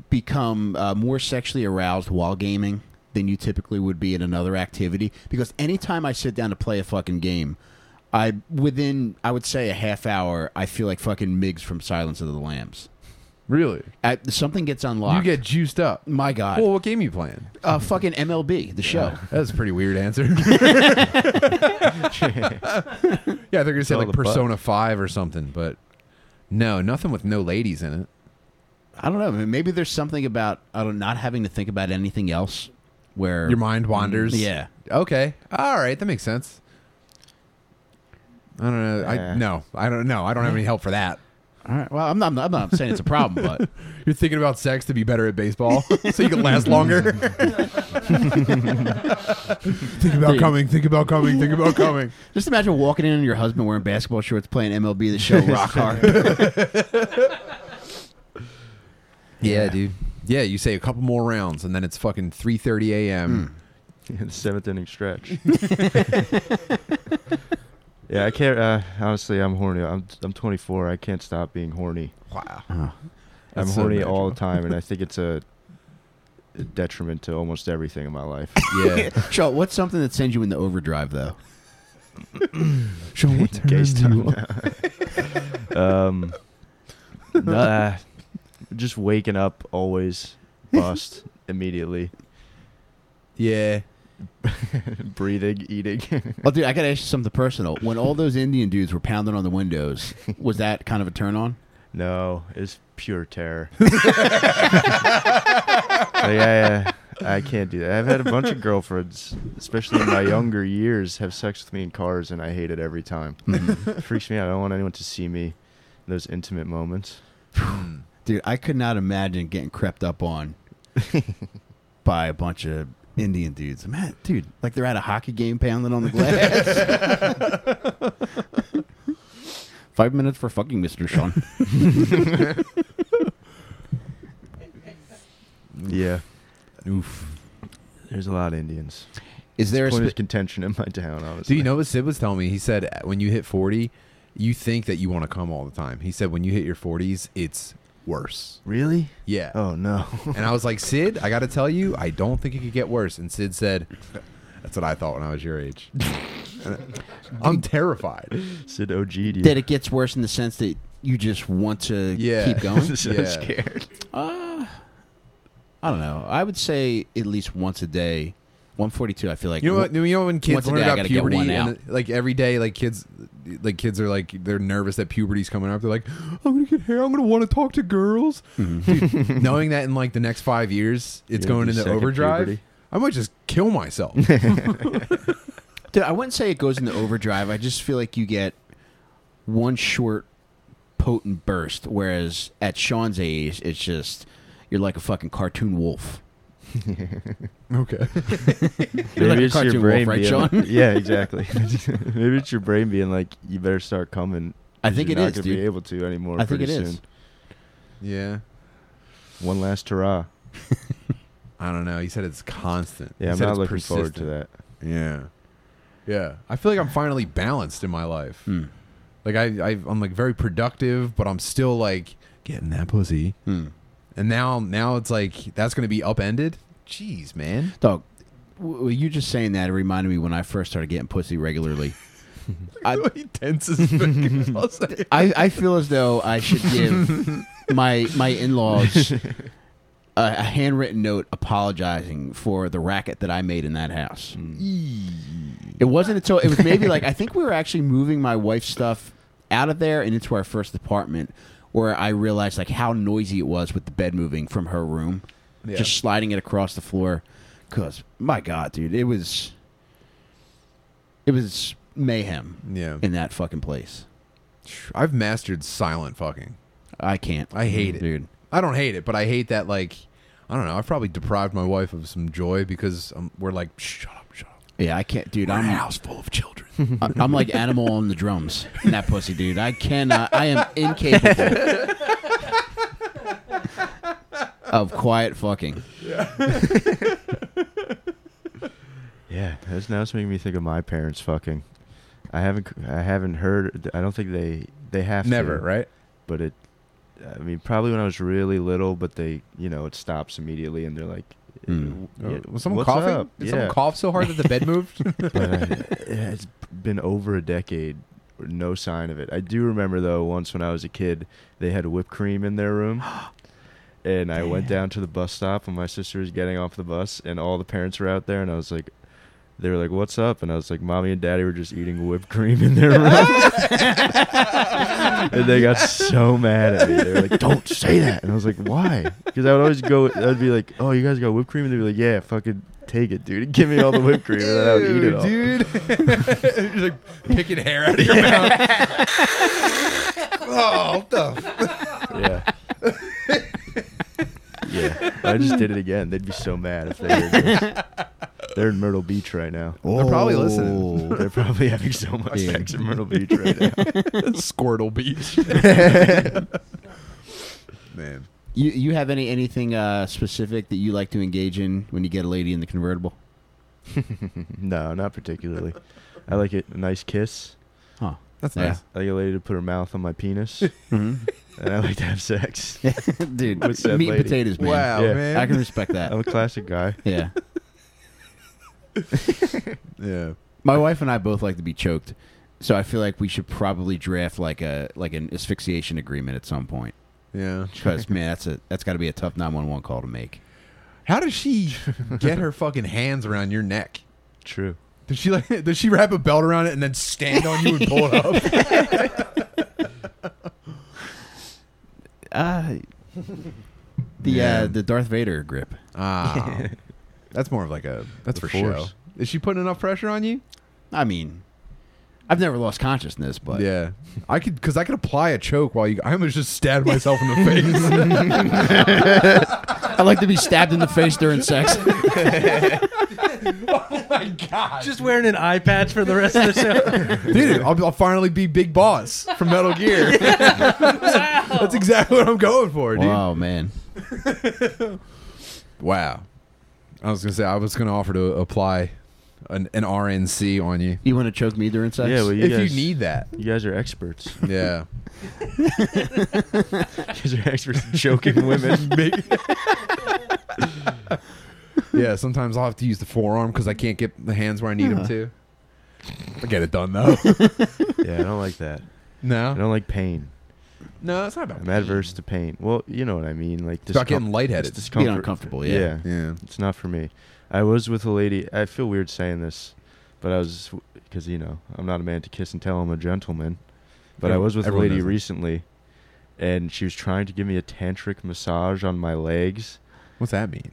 Speaker 2: become uh, more sexually aroused while gaming than you typically would be in another activity? Because anytime I sit down to play a fucking game, I within I would say a half hour, I feel like fucking Migs from Silence of the Lambs.
Speaker 1: Really,
Speaker 2: I, something gets
Speaker 1: you
Speaker 2: unlocked.
Speaker 1: get juiced up.
Speaker 2: my god,
Speaker 1: Well, what game you playing?
Speaker 2: uh, fucking MLB
Speaker 1: (laughs)
Speaker 2: the show.
Speaker 1: That's a pretty weird
Speaker 2: (laughs)
Speaker 1: answer. yeah, they're gonna say
Speaker 3: All
Speaker 1: like
Speaker 3: the butt.
Speaker 1: Persona Five or something, but no, nothing with no ladies in it.
Speaker 2: I don't know. I mean, Maybe there's something about I don't not having to think about anything else. Where
Speaker 1: Your mind wanders.
Speaker 2: Mm, Yeah.
Speaker 1: Okay. All right. That makes sense. I don't know. I
Speaker 3: Yeah.
Speaker 1: no. I don't know. I don't have any help for that.
Speaker 2: All right. Well, I'm not. I'm not saying it's a problem,
Speaker 1: (laughs)
Speaker 2: but
Speaker 1: You're thinking about sex to be better at (laughs) baseball, so you can last (laughs) longer. think about coming. Think about coming. Think about coming.
Speaker 2: Just imagine walking in on your husband wearing basketball shorts, playing MLB the
Speaker 1: (laughs)
Speaker 2: Show rock hard.
Speaker 1: (laughs) Yeah, dude. Yeah, you say a couple more rounds, and then it's fucking 3:30 a.m.
Speaker 3: (laughs) the seventh inning
Speaker 1: (laughs)
Speaker 3: stretch. yeah, I can't. Uh, honestly, I'm horny. I'm I'm 24. I can't stop being horny.
Speaker 1: Mm. Wow.
Speaker 2: Hmm.
Speaker 3: I'm
Speaker 1: That's so
Speaker 3: horny all the time, and I think it's a a detriment to almost everything in my life. (laughs)
Speaker 1: (laughs) Yeah.
Speaker 2: Joe, what's something that sends you into overdrive though?
Speaker 1: Sean, what
Speaker 3: Gay
Speaker 1: turns you on?
Speaker 3: (laughs) um, nah, just waking up always
Speaker 1: (laughs)
Speaker 3: bust immediately.
Speaker 1: Yeah.
Speaker 3: Breathing, eating.
Speaker 2: Well, dude, I gotta ask you something personal. When all those Indian dudes were pounding on the windows, was that kind of a turn on?
Speaker 3: No, it's pure
Speaker 2: (laughs)
Speaker 3: terror. like, I, uh, I can't do that. I've had a bunch of girlfriends, especially in my younger years, have sex with me in cars, and I hate it every time.
Speaker 1: Mm-hmm.
Speaker 3: It freaks me out. I don't want anyone to see me in those intimate moments.
Speaker 2: Dude, I could not imagine getting crept up (laughs) on by a bunch of Indian dudes. Man, dude, like they're at a hockey game pounding on the glass. (laughs) Five minutes for fucking Mr. Sean.
Speaker 3: Yeah,
Speaker 1: Oof.
Speaker 3: there's a lot of Indians.
Speaker 2: (laughs) Is there a
Speaker 3: Point
Speaker 2: spe-
Speaker 3: of contention in my town, honestly.
Speaker 1: Do you know what Sid was telling me? He said uh, when you hit 40, you think that you want to come all the time. He said when you hit your 40s, it's worse.
Speaker 3: Really?
Speaker 1: Yeah.
Speaker 3: Oh
Speaker 2: (laughs)
Speaker 3: no.
Speaker 1: And I was like, Sid, I got to tell you, I don't think it could get worse. And Sid said, That's what I thought when I was your age.
Speaker 3: (laughs)
Speaker 1: I'm terrified.
Speaker 3: Sid OG'd you. (laughs)
Speaker 2: that it gets worse in the sense that you just want to
Speaker 1: Yeah. (laughs)
Speaker 2: keep going?
Speaker 3: so
Speaker 1: Yeah.
Speaker 3: scared.
Speaker 2: I don't know. I would say at least once a day. 142, I feel like.
Speaker 1: You know what? You know when kids
Speaker 2: Once a
Speaker 1: learn
Speaker 2: day, I
Speaker 1: about
Speaker 2: gotta get
Speaker 1: puberty,
Speaker 2: one
Speaker 1: and
Speaker 2: out.
Speaker 1: like every day, like kids, like kids are like they're nervous that puberty's coming up. They're like, I'm gonna get hair. I'm gonna want to talk to girls. Dude, knowing that in like the next five years, it's
Speaker 3: Yeah,
Speaker 1: going
Speaker 3: your
Speaker 1: into
Speaker 3: Mm-hmm. second
Speaker 1: overdrive.
Speaker 3: puberty.
Speaker 1: I might just kill
Speaker 3: (laughs)
Speaker 1: myself.
Speaker 2: Dude, I wouldn't say it goes into overdrive. I just feel like you get one short, potent burst, whereas at Sean's age, it's just you're like a fucking cartoon wolf.
Speaker 1: okay.
Speaker 2: (laughs)
Speaker 1: (laughs)
Speaker 2: You're like a cartoon wolf, right,
Speaker 3: being
Speaker 2: Sean?
Speaker 3: like- yeah,
Speaker 2: (laughs)
Speaker 3: exactly. (laughs) Maybe it's your brain being like, you better start coming.
Speaker 2: I
Speaker 3: 'cause
Speaker 2: think
Speaker 3: you're
Speaker 2: it
Speaker 3: not
Speaker 2: is,
Speaker 3: gonna
Speaker 2: dude.
Speaker 3: be able to anymore.
Speaker 2: I think it
Speaker 3: pretty
Speaker 2: is.
Speaker 3: soon.
Speaker 1: Yeah.
Speaker 3: One last hurrah.
Speaker 1: I don't know. You said it's constant.
Speaker 3: Yeah,
Speaker 1: You
Speaker 3: I'm
Speaker 1: said
Speaker 3: not
Speaker 1: it's
Speaker 3: looking forward to
Speaker 1: persistent.
Speaker 3: that.
Speaker 1: Yeah. Yeah. I feel like I'm finally
Speaker 2: Hmm.
Speaker 1: balanced in my life. Like I, I I'm like very productive, but I'm still like getting that pussy.
Speaker 2: Hmm.
Speaker 1: And now, now it's like that's going to be upended. Jeez, man.
Speaker 2: Dog, w- w- you just saying that it reminded me when I first started getting pussy regularly. (laughs) I-
Speaker 1: he tenses.
Speaker 2: (laughs)
Speaker 1: fingers. I'll say.
Speaker 2: I, I feel as though I should
Speaker 3: (laughs)
Speaker 2: give my my in laws a, a handwritten note apologizing for the racket that I made in that house. It wasn't until it was maybe like I think we were actually moving my wife's stuff out of there and into our first apartment where I realized like how noisy it was with the bed moving from her room,
Speaker 1: Yeah.
Speaker 2: just sliding it across the floor. Cause my God, dude, it was it was mayhem
Speaker 1: yeah,
Speaker 2: in that fucking place.
Speaker 1: I've mastered silent fucking.
Speaker 2: I can't.
Speaker 1: I hate it.
Speaker 2: dude.
Speaker 1: I don't hate it, but I hate that like I don't know. I've probably deprived my wife of some joy because um, we're like, shut up, shut up.
Speaker 2: Yeah, I can't, dude.
Speaker 1: We're in a
Speaker 2: I'm
Speaker 1: house full of
Speaker 2: (laughs)
Speaker 1: children.
Speaker 2: I- Uh, I'm like animal on the drums in that pussy, dude. I cannot. I am incapable of quiet fucking.
Speaker 3: Yeah, that's now it's making me think of my parents fucking. I haven't, c- I haven't heard. I don't think they, they have
Speaker 1: Never,
Speaker 3: to,
Speaker 1: right?
Speaker 3: But it, I mean, probably when I was really little. But they, you know, it stops immediately, and they're like,
Speaker 2: Mm.
Speaker 3: "Yeah,
Speaker 1: Uh, was someone
Speaker 3: Oh, what's
Speaker 1: coughing?
Speaker 3: up?"
Speaker 1: Did
Speaker 3: Yeah.
Speaker 1: someone cough so hard that the bed
Speaker 3: (laughs)
Speaker 1: moved?
Speaker 3: but uh, it's been over a decade, or no sign of it. I do remember though, once when I was a kid, they had whipped cream in their room, and I went down to the bus stop when my sister was getting off the bus, and all the parents were out there, and I was like, they were like, "What's up?" And I was like, "Mommy and Daddy were just eating whipped cream in their
Speaker 4: (laughs)
Speaker 3: room," (laughs) and they got so mad at me. They were like, "Don't say that," and I was like, "Why?" Because I would always go, I'd be like, "Oh, you guys got whipped cream," and they'd be like, "Yeah, fucking." Take it, dude. Give me all the whipped cream, and then I would eat it all.
Speaker 1: dude. (laughs) You're like picking hair out of your mouth.
Speaker 3: (laughs)
Speaker 1: oh, what the (laughs) f-
Speaker 3: Yeah. yeah. I just did it again. They'd be so mad if they heard this. They're in Myrtle Beach right now.
Speaker 1: They're probably listening.
Speaker 2: Oh.
Speaker 3: They're probably having so much
Speaker 2: Yeah.
Speaker 3: sex in Myrtle Beach right now.
Speaker 1: Squirtle
Speaker 3: (laughs)
Speaker 1: Beach. Man.
Speaker 2: You you have any anything uh, specific that you like to engage in when you get a lady in the convertible?
Speaker 3: no, not particularly. I like it. A nice kiss.
Speaker 2: Huh?
Speaker 1: That's
Speaker 2: Yeah.
Speaker 1: nice.
Speaker 3: I like a lady to put her mouth on my penis. and I like to have sex.
Speaker 2: (laughs) dude,
Speaker 3: Mm-hmm. What's that
Speaker 2: meat and
Speaker 3: lady?
Speaker 2: potatoes, man.
Speaker 1: Wow,
Speaker 3: Yeah.
Speaker 1: man.
Speaker 2: I can respect that.
Speaker 3: I'm a classic guy.
Speaker 2: Yeah,
Speaker 1: (laughs) yeah.
Speaker 2: my wife and I both like to be choked, so I feel like we should probably draft like a like an asphyxiation agreement at some point.
Speaker 1: Yeah.
Speaker 2: Because man, that's a that's got to be a tough nine one one call to make.
Speaker 1: How does she get her fucking hands around your neck?
Speaker 3: True.
Speaker 1: Does she like? (laughs) Does she wrap a belt around it and then stand on you and pull it up?
Speaker 3: (laughs)
Speaker 2: (laughs) Uh, the uh,
Speaker 1: Man.
Speaker 2: the Darth Vader grip.
Speaker 3: (laughs)
Speaker 1: Ah, that's more of like a that's
Speaker 3: The
Speaker 1: for show.
Speaker 3: force.
Speaker 1: Is she putting enough pressure on you?
Speaker 2: I mean, I've never lost consciousness, but
Speaker 1: yeah, I could because I could apply a choke while you. I almost just stabbed myself in the face.
Speaker 2: I like to be stabbed in the
Speaker 3: (laughs)
Speaker 2: face during sex.
Speaker 4: Just wearing an eye patch for the rest of the show.
Speaker 1: Dude, I'll, I'll finally be Big Boss from Metal Gear. (laughs) That's exactly what I'm going for, dude.
Speaker 2: wow, man.
Speaker 1: Wow. I was gonna say I was gonna offer to apply an, an RNC on you
Speaker 2: You want to choke me during sex?
Speaker 3: Yeah, well, you
Speaker 1: if
Speaker 3: guys,
Speaker 1: you need that.
Speaker 3: You guys are experts.
Speaker 1: Yeah.
Speaker 3: You guys are experts in choking women.
Speaker 1: Yeah, sometimes I'll have to use the forearm because I can't get the hands where I need them to. I get it done
Speaker 3: (laughs)
Speaker 1: though.
Speaker 3: yeah, I don't like that. I
Speaker 1: no,
Speaker 3: don't like pain.
Speaker 1: no, it's not about.
Speaker 3: I'm adverse to pain. Well, you know what I mean. Like
Speaker 1: It's about
Speaker 3: discom-
Speaker 1: getting
Speaker 3: it's
Speaker 1: lightheaded.
Speaker 3: discomfort.
Speaker 2: Being uncomfortable, yeah.
Speaker 1: yeah,
Speaker 3: It's not for me. I was with a lady. I feel weird saying this, but I was because you know I'm not a man to kiss and tell. I'm a gentleman. But I
Speaker 1: Yeah,
Speaker 3: was with a
Speaker 1: everyone
Speaker 3: lady
Speaker 1: does that.
Speaker 3: recently, and she was trying to give me a tantric massage on my legs.
Speaker 1: what's that mean?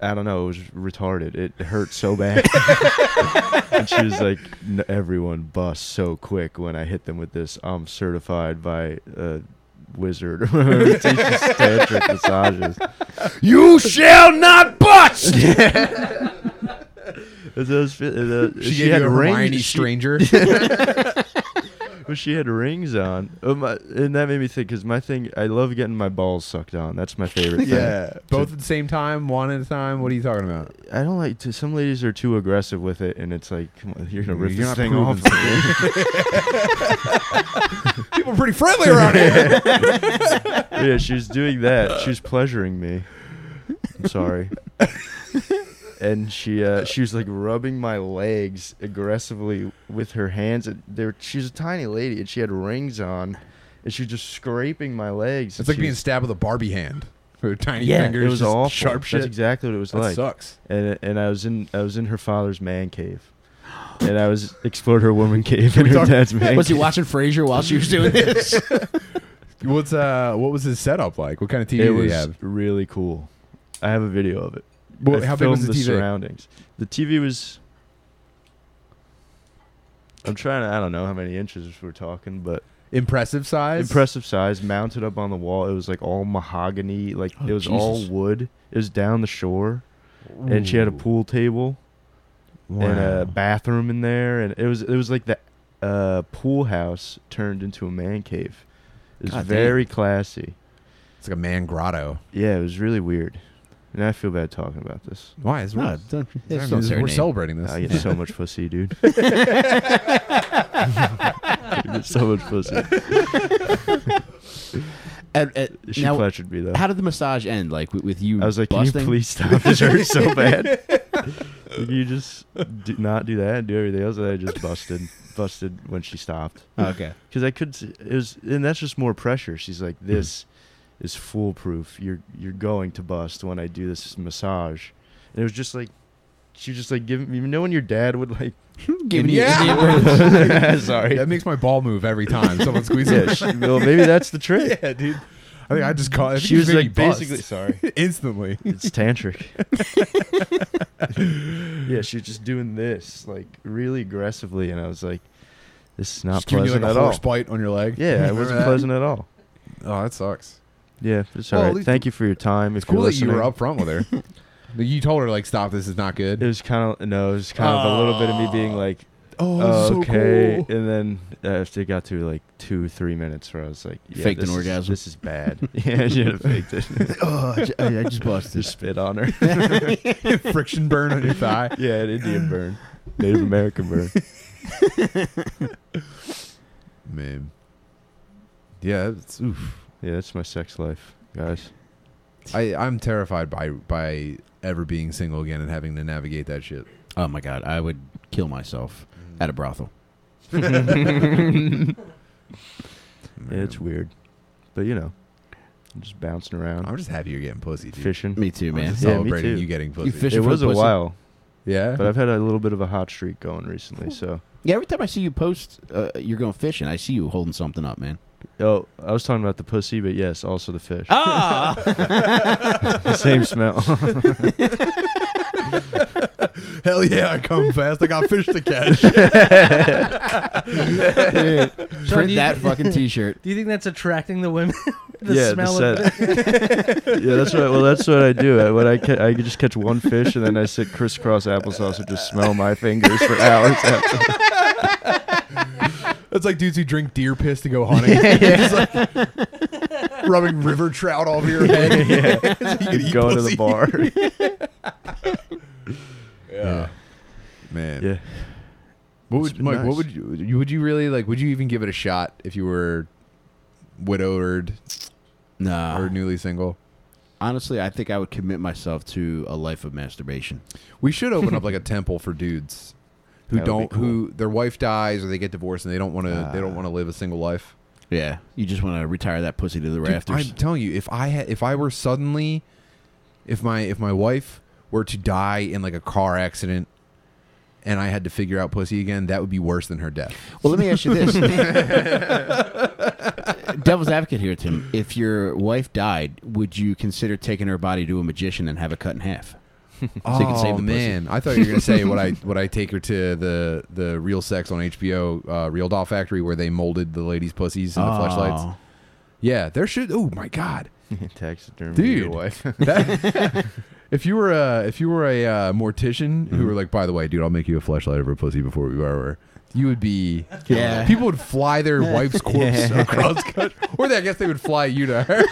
Speaker 3: I don't know. It was retarded. It hurt
Speaker 1: (laughs)
Speaker 3: so bad. and she was like, "N- "Everyone busts so quick when I hit them with this. I'm certified by a wizard (laughs) or whoever teaches tantric massages."
Speaker 1: You shall not (laughs) bust.
Speaker 3: It was- it was-
Speaker 1: she, gave you a Hermione (laughs)
Speaker 3: she-
Speaker 1: stranger.
Speaker 3: Well, she had rings on, Uh, my- and that made me think. Cause my thing, I love getting my balls sucked on. That's my
Speaker 1: (laughs)
Speaker 3: favorite. thing.
Speaker 1: both at the same time, one at a time. What are you talking about?
Speaker 3: I don't like. To, some ladies are too aggressive with it, and it's like, come on, (laughs) you're gonna rip
Speaker 1: You're
Speaker 3: this
Speaker 1: not
Speaker 3: thing
Speaker 1: proving
Speaker 3: off.
Speaker 1: (laughs) People are pretty friendly around here.
Speaker 3: (laughs) yeah, she was doing that. She was pleasuring me. I'm sorry. And she uh, she was like rubbing my legs aggressively with her hands. And they were, she was a tiny lady, and she had rings on, and she was just scraping my
Speaker 1: It's
Speaker 3: legs. and
Speaker 1: like
Speaker 3: she
Speaker 1: being
Speaker 3: was-
Speaker 1: stabbed with a Barbie hand. Her tiny
Speaker 3: yeah,
Speaker 1: fingers,
Speaker 3: it was
Speaker 1: just
Speaker 3: awful.
Speaker 1: sharp shit.
Speaker 3: That's exactly what it was
Speaker 1: that
Speaker 3: like.
Speaker 1: sucks.
Speaker 3: And and I was in I was in her father's man cave, and I was explored her woman (laughs) cave and
Speaker 1: we
Speaker 3: her
Speaker 1: talk-
Speaker 3: dad's man.
Speaker 2: (laughs) Was he
Speaker 3: cave.
Speaker 2: watching Frasier while she was doing this?
Speaker 1: What's uh? What was his setup like? What kind of TV
Speaker 3: It
Speaker 1: did he
Speaker 3: was
Speaker 1: have?
Speaker 3: really cool. I have a video of it.
Speaker 1: Well,
Speaker 3: I
Speaker 1: how big was
Speaker 3: filmed
Speaker 1: the TV?
Speaker 3: surroundings. The TV was. I'm trying to. I don't know how many inches we're talking, but
Speaker 1: Impressive size.
Speaker 3: impressive size. Mounted up on the wall, it was like all mahogany. Like
Speaker 2: Oh,
Speaker 3: it was all
Speaker 2: Jesus.
Speaker 3: wood. It was down the shore, (laughs) and she had a uh,
Speaker 1: Ooh.
Speaker 3: pool table and
Speaker 1: Wow.
Speaker 3: a bathroom in there, and it was it was like the uh, pool house turned into a man cave. It was
Speaker 2: God damn.
Speaker 3: very classy.
Speaker 1: It's like a man grotto.
Speaker 3: Yeah, it was really weird. And I feel bad talking about this.
Speaker 1: Why? It's
Speaker 2: no,
Speaker 1: I mean,
Speaker 2: don't, it's
Speaker 1: this-
Speaker 2: not
Speaker 1: we're celebrating this.
Speaker 3: I
Speaker 1: (laughs)
Speaker 3: get so much pussy,
Speaker 2: (laughs)
Speaker 3: dude. (laughs) I get so much pussy.
Speaker 2: And, and
Speaker 3: She
Speaker 2: now,
Speaker 3: pleasured me though.
Speaker 2: how did the massage end? Like with, with you?
Speaker 3: I was like,
Speaker 2: busting?
Speaker 3: "Can you please stop? This hurts
Speaker 2: (laughs)
Speaker 3: so bad. Can you just do not do that and do everything else?" And I just busted, busted when she stopped
Speaker 2: Okay.
Speaker 3: because I could. s- It was, and that's just more pressure. She's like,
Speaker 1: Hmm.
Speaker 3: "This is foolproof. You're you're going to bust when I do this massage." And it was just like, she was just like giving. You know when your dad would
Speaker 1: (laughs)
Speaker 3: like
Speaker 2: Giving you
Speaker 1: Yeah. (laughs)
Speaker 2: Indian words.
Speaker 3: (laughs) Sorry.
Speaker 1: That makes my ball move every time (laughs) someone squeezes.
Speaker 3: (laughs) yeah, she, well, maybe that's the
Speaker 1: (laughs)
Speaker 3: trick.
Speaker 1: yeah, dude. I think I just caught. I think
Speaker 3: she
Speaker 1: you
Speaker 3: was
Speaker 1: made me
Speaker 3: like
Speaker 1: bust
Speaker 3: basically sorry.
Speaker 1: (laughs) instantly.
Speaker 3: It's tantric. (laughs) yeah, she was just doing this like really aggressively, and I was like, "This is not
Speaker 1: just giving you
Speaker 3: pleasant
Speaker 1: like a
Speaker 3: at all."
Speaker 1: horse bite on your leg. (laughs)
Speaker 3: Yeah, it
Speaker 1: Remember
Speaker 3: wasn't
Speaker 1: that?
Speaker 3: pleasant at all.
Speaker 1: Oh, that sucks.
Speaker 3: Yeah, it's
Speaker 1: Well,
Speaker 3: all
Speaker 1: at
Speaker 3: right.
Speaker 1: least
Speaker 3: Thank you for your time.
Speaker 1: It's
Speaker 3: if you're
Speaker 1: cool that you were
Speaker 3: listening.
Speaker 1: up front with
Speaker 3: (laughs)
Speaker 1: her. you told her like, stop. This is not good.
Speaker 3: It was kind of no, it was kind of a little bit of me being like,
Speaker 1: oh,
Speaker 3: okay, and then after it got to like two, three minutes, where I was like, yeah,
Speaker 2: Faked an
Speaker 3: this is-
Speaker 2: orgasm.
Speaker 3: This is bad. (laughs) yeah, she had faked it. (laughs)
Speaker 2: (laughs) oh, I ju- I, I just busted.
Speaker 3: just
Speaker 2: (laughs)
Speaker 3: spit on her.
Speaker 1: (laughs) Friction burn on your thigh.
Speaker 3: (laughs) yeah, an Indian burn, Native American burn.
Speaker 1: Man. Yeah, it's, oof.
Speaker 3: Yeah, that's my sex life, guys.
Speaker 2: (laughs)
Speaker 1: I I'm terrified by by ever being single again and having to navigate that shit.
Speaker 2: oh my god, I would kill myself at
Speaker 1: (laughs)
Speaker 2: a brothel.
Speaker 3: Yeah, (laughs) it's weird, but you know, I'm just bouncing around,
Speaker 1: I'm just happy you're getting pussy, dude.
Speaker 3: fishing.
Speaker 2: Me too,
Speaker 1: I'm
Speaker 2: man.
Speaker 1: just
Speaker 3: Yeah, me
Speaker 1: celebrating
Speaker 3: too.
Speaker 1: you getting pussy.
Speaker 2: fish-
Speaker 3: It
Speaker 2: Fishing for
Speaker 3: was a
Speaker 2: pussy.
Speaker 3: while,
Speaker 1: yeah,
Speaker 3: but I've had a little bit of a hot streak going recently. So,
Speaker 2: Yeah, every time I see you post, uh, you're going fishing. I see you holding something up, man.
Speaker 3: oh, I was talking about the pussy, but yes, also the fish.
Speaker 2: Ah,
Speaker 1: (laughs)
Speaker 3: uh, Same smell. (laughs)
Speaker 1: hell yeah, I come fast. I got fish to catch.
Speaker 4: Sean, do
Speaker 2: (laughs) print
Speaker 4: you
Speaker 2: (laughs) that
Speaker 4: thi-
Speaker 2: fucking T-shirt.
Speaker 4: Do you think that's attracting the women? (laughs) the
Speaker 3: yeah,
Speaker 4: smell
Speaker 3: the
Speaker 4: of it.
Speaker 3: scent. yeah, that's what. Well, that's what I do. I, when I ca- I just catch one fish and then I sit crisscross applesauce and just smell my fingers
Speaker 1: (laughs)
Speaker 3: for hours. After.
Speaker 1: That's like dudes who drink deer piss to go
Speaker 3: (laughs)
Speaker 1: hunting. Just like rubbing river trout all over your head.
Speaker 3: (laughs) yeah,
Speaker 1: so you can eat
Speaker 3: going to
Speaker 1: pussy.
Speaker 3: the
Speaker 1: (laughs)
Speaker 3: bar.
Speaker 1: Yeah. Man.
Speaker 3: yeah. (laughs)
Speaker 1: What
Speaker 3: It's
Speaker 1: would
Speaker 3: been
Speaker 1: Mike? What
Speaker 3: nice.
Speaker 1: would you you- would you really like? Would you even give it a shot if you were widowed
Speaker 2: Nah,
Speaker 3: Ah.
Speaker 1: or newly single?
Speaker 2: honestly, I think I would commit myself to a life of masturbation.
Speaker 1: We should open up like a temple for dudes who
Speaker 3: That would be
Speaker 1: don't who their wife dies or they get divorced and they don't want to they
Speaker 3: Ah.
Speaker 1: don't want to live a single life.
Speaker 2: Yeah, you just want to retire that pussy to the
Speaker 1: Dude,
Speaker 2: rafters.
Speaker 1: I'm telling you, if I had, if I were suddenly, if my if my wife were to die in like a car accident, and I had to figure out pussy again, that would be worse than her
Speaker 2: (laughs)
Speaker 1: death.
Speaker 2: (laughs) Well, let me ask you this. Devil's advocate here, Tim. If your wife died, would you consider taking her body to a magician and have it cut in half?
Speaker 1: oh
Speaker 2: you can save the pussy.
Speaker 1: man, I thought you were gonna say
Speaker 2: (laughs)
Speaker 1: what I what I take her to the the real sex on HBO, uh, Real Doll Factory, where they molded the ladies' pussies and the fleshlights.
Speaker 2: Oh.
Speaker 1: Yeah, there should. Oh my god,
Speaker 3: Taxidermy.
Speaker 1: Dude.
Speaker 3: Your wife.
Speaker 1: (laughs) That- (laughs) if you were a if you were a uh, mortician
Speaker 2: Mm-hmm.
Speaker 1: who were like, by the way, dude, I'll make you a fleshlight of her pussy before we borrow her. You would be,
Speaker 2: Yeah.
Speaker 1: People would fly their wife's corpse
Speaker 3: Yeah.
Speaker 1: across, country. or they, I guess they would fly you to
Speaker 2: (laughs)
Speaker 1: her.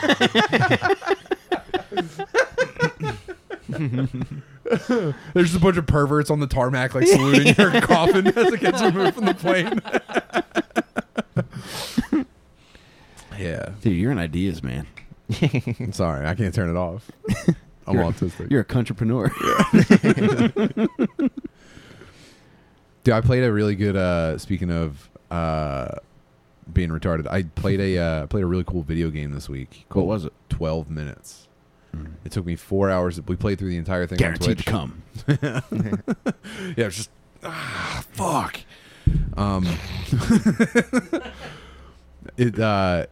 Speaker 1: There's just a bunch of perverts on the tarmac, like
Speaker 2: (laughs)
Speaker 1: saluting her coffin as it gets removed from the plane. yeah,
Speaker 2: Dude, you're an ideas man.
Speaker 1: I'm sorry, I can't turn it off. I'm
Speaker 2: You're-
Speaker 1: autistic.
Speaker 2: You're a entrepreneur.
Speaker 1: Dude, I played a really good. Uh, speaking of uh, being retarded, I played a uh, played a really cool video game this week.
Speaker 2: What was it? Mm.
Speaker 1: Twelve minutes. It took me four hours. We played through the entire thing. on
Speaker 2: Guaranteed to
Speaker 1: Twitch.
Speaker 2: come.
Speaker 1: Yeah, it's just ah, fuck. Um, (laughs) it uh,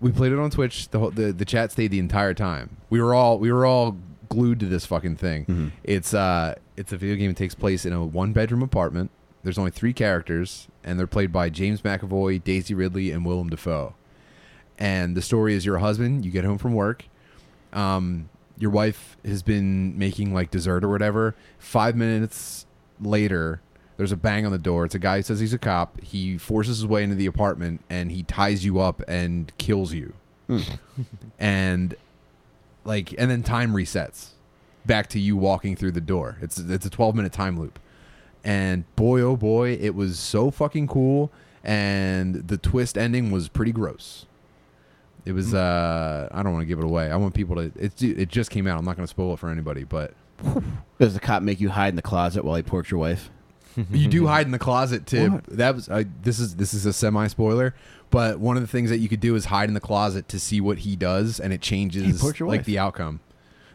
Speaker 1: we played it on Twitch. The, whole, the the chat stayed the entire time. We were all we were all glued to this fucking thing. It's uh, it's a video game that takes place in a one bedroom apartment. There's only three characters, and they're played by James McAvoy, Daisy Ridley, and Willem Dafoe. And the story is your husband. You get home from work um, your wife has been making like dessert or whatever. Five minutes later, there's a bang on the door. It's a guy who says he's a cop. He forces his way into the apartment and he ties you up and kills you. (laughs) and like, and then time resets back to you walking through the door. It's it's a 12 minute time loop. And boy oh boy, it was so fucking cool and the twist ending was pretty gross. It was uh I don't want to give it away. I want people to it's it just came out. I'm not going to spoil it for anybody,
Speaker 2: (laughs)
Speaker 1: but
Speaker 2: Does the cop make you hide in the closet while he porks your wife?
Speaker 1: you do hide in the closet to
Speaker 2: What?
Speaker 1: that was I this is this is a semi spoiler, but one of the things that you could do is hide in the closet to see what he does and it changes
Speaker 2: porked
Speaker 1: like
Speaker 2: your wife.
Speaker 1: the outcome.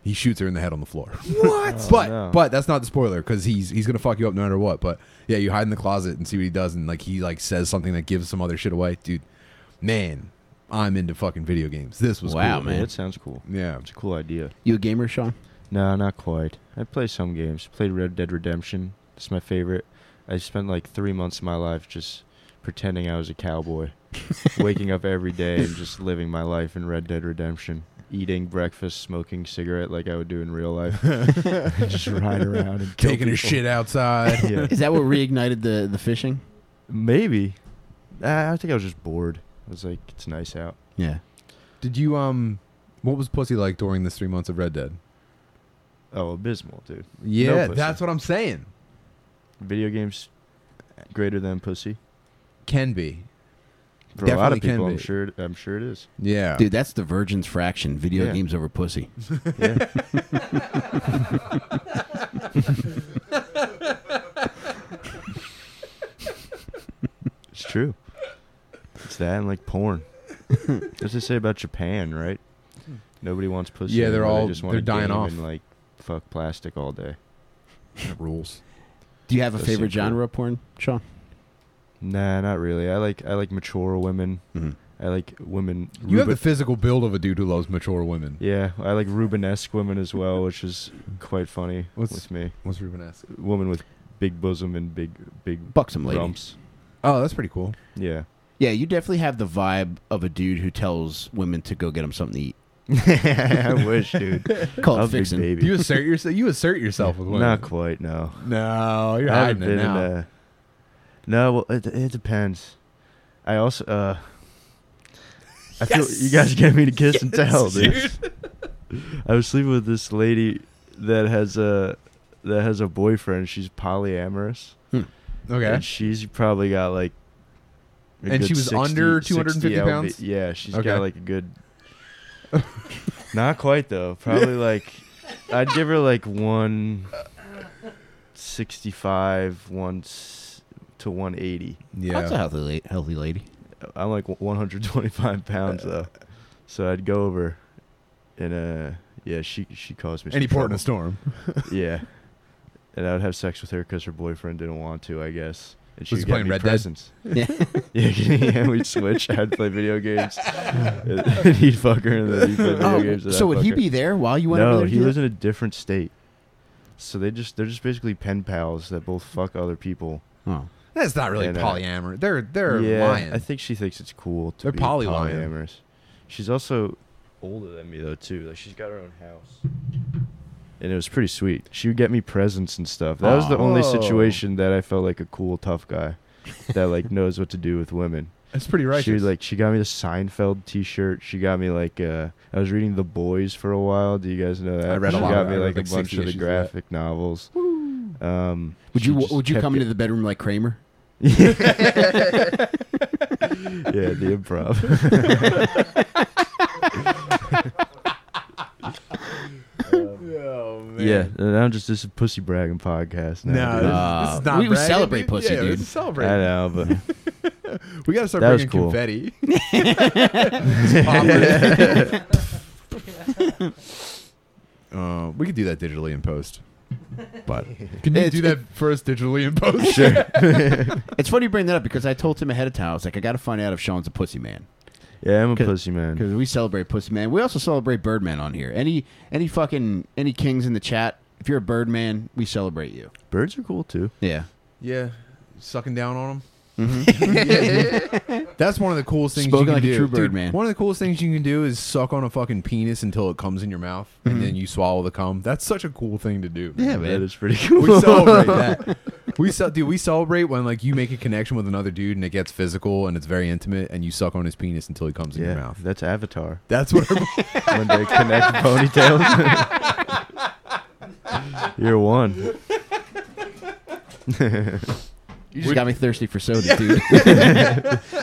Speaker 1: He shoots her in the head on the
Speaker 2: (laughs)
Speaker 1: floor. What?
Speaker 2: Oh,
Speaker 1: but
Speaker 3: no.
Speaker 1: but that's not the spoiler cuz he's he's going to fuck you up no matter what, but yeah, you hide in the closet and see what he does and like he like says something that gives some other shit away. Dude, man, I'm into fucking video games. This was
Speaker 2: Wow,
Speaker 1: cool.
Speaker 2: man.
Speaker 3: It sounds cool.
Speaker 1: Yeah.
Speaker 3: It's a cool idea.
Speaker 2: You a gamer, Sean?
Speaker 3: No, not quite. I play some games. Played Red Dead Redemption. It's my favorite. I spent like three months of my life just pretending I was
Speaker 1: (laughs)
Speaker 3: a cowboy, waking up every day and just living my life in Red Dead Redemption. Eating breakfast, smoking cigarette like I would do in real
Speaker 1: (laughs)
Speaker 3: life, (laughs) just ride around and kill
Speaker 1: Taking a
Speaker 3: people.
Speaker 1: shit outside.
Speaker 3: Yeah,
Speaker 2: Is that what reignited the, the fishing?
Speaker 3: maybe. Uh, I think I was just bored. I was like, it's nice out.
Speaker 2: Yeah.
Speaker 1: (laughs) Did you um what was pussy like during this three months of Red Dead?
Speaker 3: Oh, abysmal, dude.
Speaker 1: Yeah,
Speaker 3: pussy.
Speaker 1: that's what I'm saying.
Speaker 3: Video games greater than pussy
Speaker 1: Can be.
Speaker 3: for a lot
Speaker 1: Definitely
Speaker 3: of
Speaker 1: can
Speaker 3: people. I'm
Speaker 1: be.
Speaker 3: sure. I'm sure it is.
Speaker 1: Yeah.
Speaker 2: Dude, that's the virgin's fraction. Video
Speaker 3: Yeah.
Speaker 2: games over pussy.
Speaker 1: (laughs)
Speaker 3: Yeah. it's true. It's that and
Speaker 1: (laughs)
Speaker 3: like porn. What's they say about Japan, right? Nobody wants pussy.
Speaker 1: Yeah, they're
Speaker 3: anymore.
Speaker 1: all-
Speaker 3: they just
Speaker 1: they're
Speaker 3: want to
Speaker 1: dying
Speaker 3: game
Speaker 1: off.
Speaker 3: And like fuck plastic all day.
Speaker 1: rules.
Speaker 2: Do you have a
Speaker 3: Those
Speaker 2: favorite
Speaker 3: seem cool.
Speaker 2: genre of porn, Sean?
Speaker 3: Nah, not really. I like I like mature women.
Speaker 2: Mm-hmm.
Speaker 3: I like women.
Speaker 1: You have
Speaker 3: Ruben-
Speaker 1: the physical build of a dude who loves mature women.
Speaker 3: yeah, I like Rubenesque women as well, which is quite funny
Speaker 1: What's-
Speaker 3: with me.
Speaker 1: What's Ruben ask?
Speaker 3: Woman with big bosom and big big
Speaker 2: Buxom lady.
Speaker 3: rumps.
Speaker 1: Oh, that's pretty cool.
Speaker 3: Yeah.
Speaker 2: Yeah, you definitely have the vibe of a dude who tells women to go get him something to eat.
Speaker 3: (laughs) I wish, (laughs) dude.
Speaker 2: Call it
Speaker 3: I'm a big
Speaker 2: fixing.
Speaker 3: baby.
Speaker 1: You assert yourself you assert yourself with women.
Speaker 3: Not quite, no.
Speaker 1: no, you're
Speaker 3: I
Speaker 1: hiding
Speaker 3: haven't
Speaker 1: it
Speaker 3: been in
Speaker 1: now.
Speaker 3: a- No, well, it, it depends. I also, uh, I feel you guys get me to kiss and tell, dude. (laughs) I was sleeping with this lady that has a that has a boyfriend. She's polyamorous.
Speaker 1: Okay.
Speaker 3: And she's probably got like. a
Speaker 1: And
Speaker 3: good
Speaker 1: she was under
Speaker 3: 60
Speaker 1: 250
Speaker 3: LV
Speaker 1: pounds?
Speaker 3: Yeah, she's
Speaker 1: Okay.
Speaker 3: got like a good.
Speaker 1: (laughs)
Speaker 3: Not quite though.
Speaker 1: (laughs)
Speaker 3: Probably like, I'd give her like one. Sixty-five, once to one eighty.
Speaker 2: Oh, That's a healthy, la- healthy lady.
Speaker 3: I'm like one hundred twenty-five pounds though, so I'd go over, and uh, yeah, she she caused me.
Speaker 1: Any
Speaker 3: some
Speaker 1: port in a storm.
Speaker 3: trouble. Yeah, and I would have sex with her because her boyfriend didn't want to, I guess. And she
Speaker 1: Was he
Speaker 3: would
Speaker 1: playing Red
Speaker 3: get me
Speaker 1: Dead?
Speaker 3: presents. (laughs)
Speaker 2: Yeah.
Speaker 3: Yeah, yeah, we'd switch. (laughs) I'd play video games. (laughs) and he'd fuck her, and then he'd play video games. and
Speaker 2: Oh, so
Speaker 3: I'd
Speaker 2: would
Speaker 3: fuck
Speaker 2: he
Speaker 3: her.
Speaker 2: be there while you went over
Speaker 3: No,
Speaker 2: there? to
Speaker 3: he
Speaker 2: do
Speaker 3: lives
Speaker 2: that?
Speaker 3: in a different state. So they just they're just basically pen pals that both fuck other people.
Speaker 2: Oh.
Speaker 1: That's not really
Speaker 3: And, uh,
Speaker 1: polyamorous. They're they're
Speaker 3: yeah,
Speaker 1: lying.
Speaker 3: I think she thinks it's cool to
Speaker 1: They're
Speaker 3: be
Speaker 1: poly lying.
Speaker 3: polyamorous. She's also older than me though too. Like she's got her own house. And it was pretty sweet. She would get me presents and stuff. That was the only
Speaker 1: Aw.
Speaker 3: situation that I felt like a cool tough guy that like (laughs) knows what to do with women.
Speaker 1: That's pretty righteous.
Speaker 3: She was like, she got me the Seinfeld T-shirt. She got me like, uh, I was reading The Boys for a while. Do you guys know that?
Speaker 1: I read
Speaker 3: she
Speaker 1: a lot of
Speaker 3: got
Speaker 1: that.
Speaker 3: me
Speaker 1: I read
Speaker 3: like a
Speaker 1: like
Speaker 3: bunch
Speaker 1: 60
Speaker 3: of the
Speaker 1: issues of that.
Speaker 3: graphic novels. Um,
Speaker 2: Would
Speaker 3: she
Speaker 2: you
Speaker 3: just
Speaker 2: would you
Speaker 3: kept
Speaker 2: come
Speaker 3: it-
Speaker 2: into the bedroom like Kramer?
Speaker 3: (laughs)
Speaker 1: (laughs)
Speaker 3: yeah, the improv.
Speaker 1: Oh, man.
Speaker 3: Yeah, now just this is pussy bragging podcast.
Speaker 1: No,
Speaker 3: Now,
Speaker 1: this,
Speaker 3: dude.
Speaker 1: is- this is not
Speaker 2: we- we
Speaker 1: bragging.
Speaker 2: celebrate pussy,
Speaker 1: yeah,
Speaker 2: dude.
Speaker 1: Let's celebrate.
Speaker 3: I know,
Speaker 1: (laughs)
Speaker 3: but
Speaker 1: We gotta start
Speaker 3: That was
Speaker 1: bringing
Speaker 3: cool.
Speaker 1: confetti. (laughs) Just pop it. uh, we could do that digitally in post, but can you
Speaker 2: It's-
Speaker 1: do that for us digitally in post?
Speaker 2: It's funny you bring that up because I told him ahead of time. I was like, I got to find out if Sean's a pussy man
Speaker 3: yeah, I'm a
Speaker 2: 'Cause-
Speaker 3: pussy man.
Speaker 2: because we celebrate pussy man. We also celebrate Birdman on here. Any any fucking any kings in the chat? If you're a Birdman, we celebrate you.
Speaker 3: Birds are cool too.
Speaker 2: Yeah.
Speaker 1: (laughs) Yeah, sucking down on them.
Speaker 2: Mm-hmm.
Speaker 1: That's one of the coolest things
Speaker 2: Spoken
Speaker 1: you can
Speaker 2: like a
Speaker 1: do.
Speaker 2: true bird,
Speaker 1: Dude,
Speaker 2: man.
Speaker 1: One of the coolest things you can do is suck on a fucking penis until it comes in your mouth,
Speaker 2: Mm-hmm.
Speaker 1: and then you swallow the cum. That's such a cool thing to do. man.
Speaker 2: Yeah,
Speaker 3: That
Speaker 2: man.
Speaker 3: is pretty cool.
Speaker 1: (laughs) We celebrate that. We ce- dude, we celebrate when like you make a connection with another dude and it gets physical and it's very intimate, and you suck on his penis until he comes in your
Speaker 3: yeah,
Speaker 1: mouth.
Speaker 3: that's Avatar.
Speaker 1: That's what. Our-
Speaker 3: when
Speaker 1: (laughs)
Speaker 3: they connect ponytails. You're one.
Speaker 2: You just got me thirsty for soda, dude.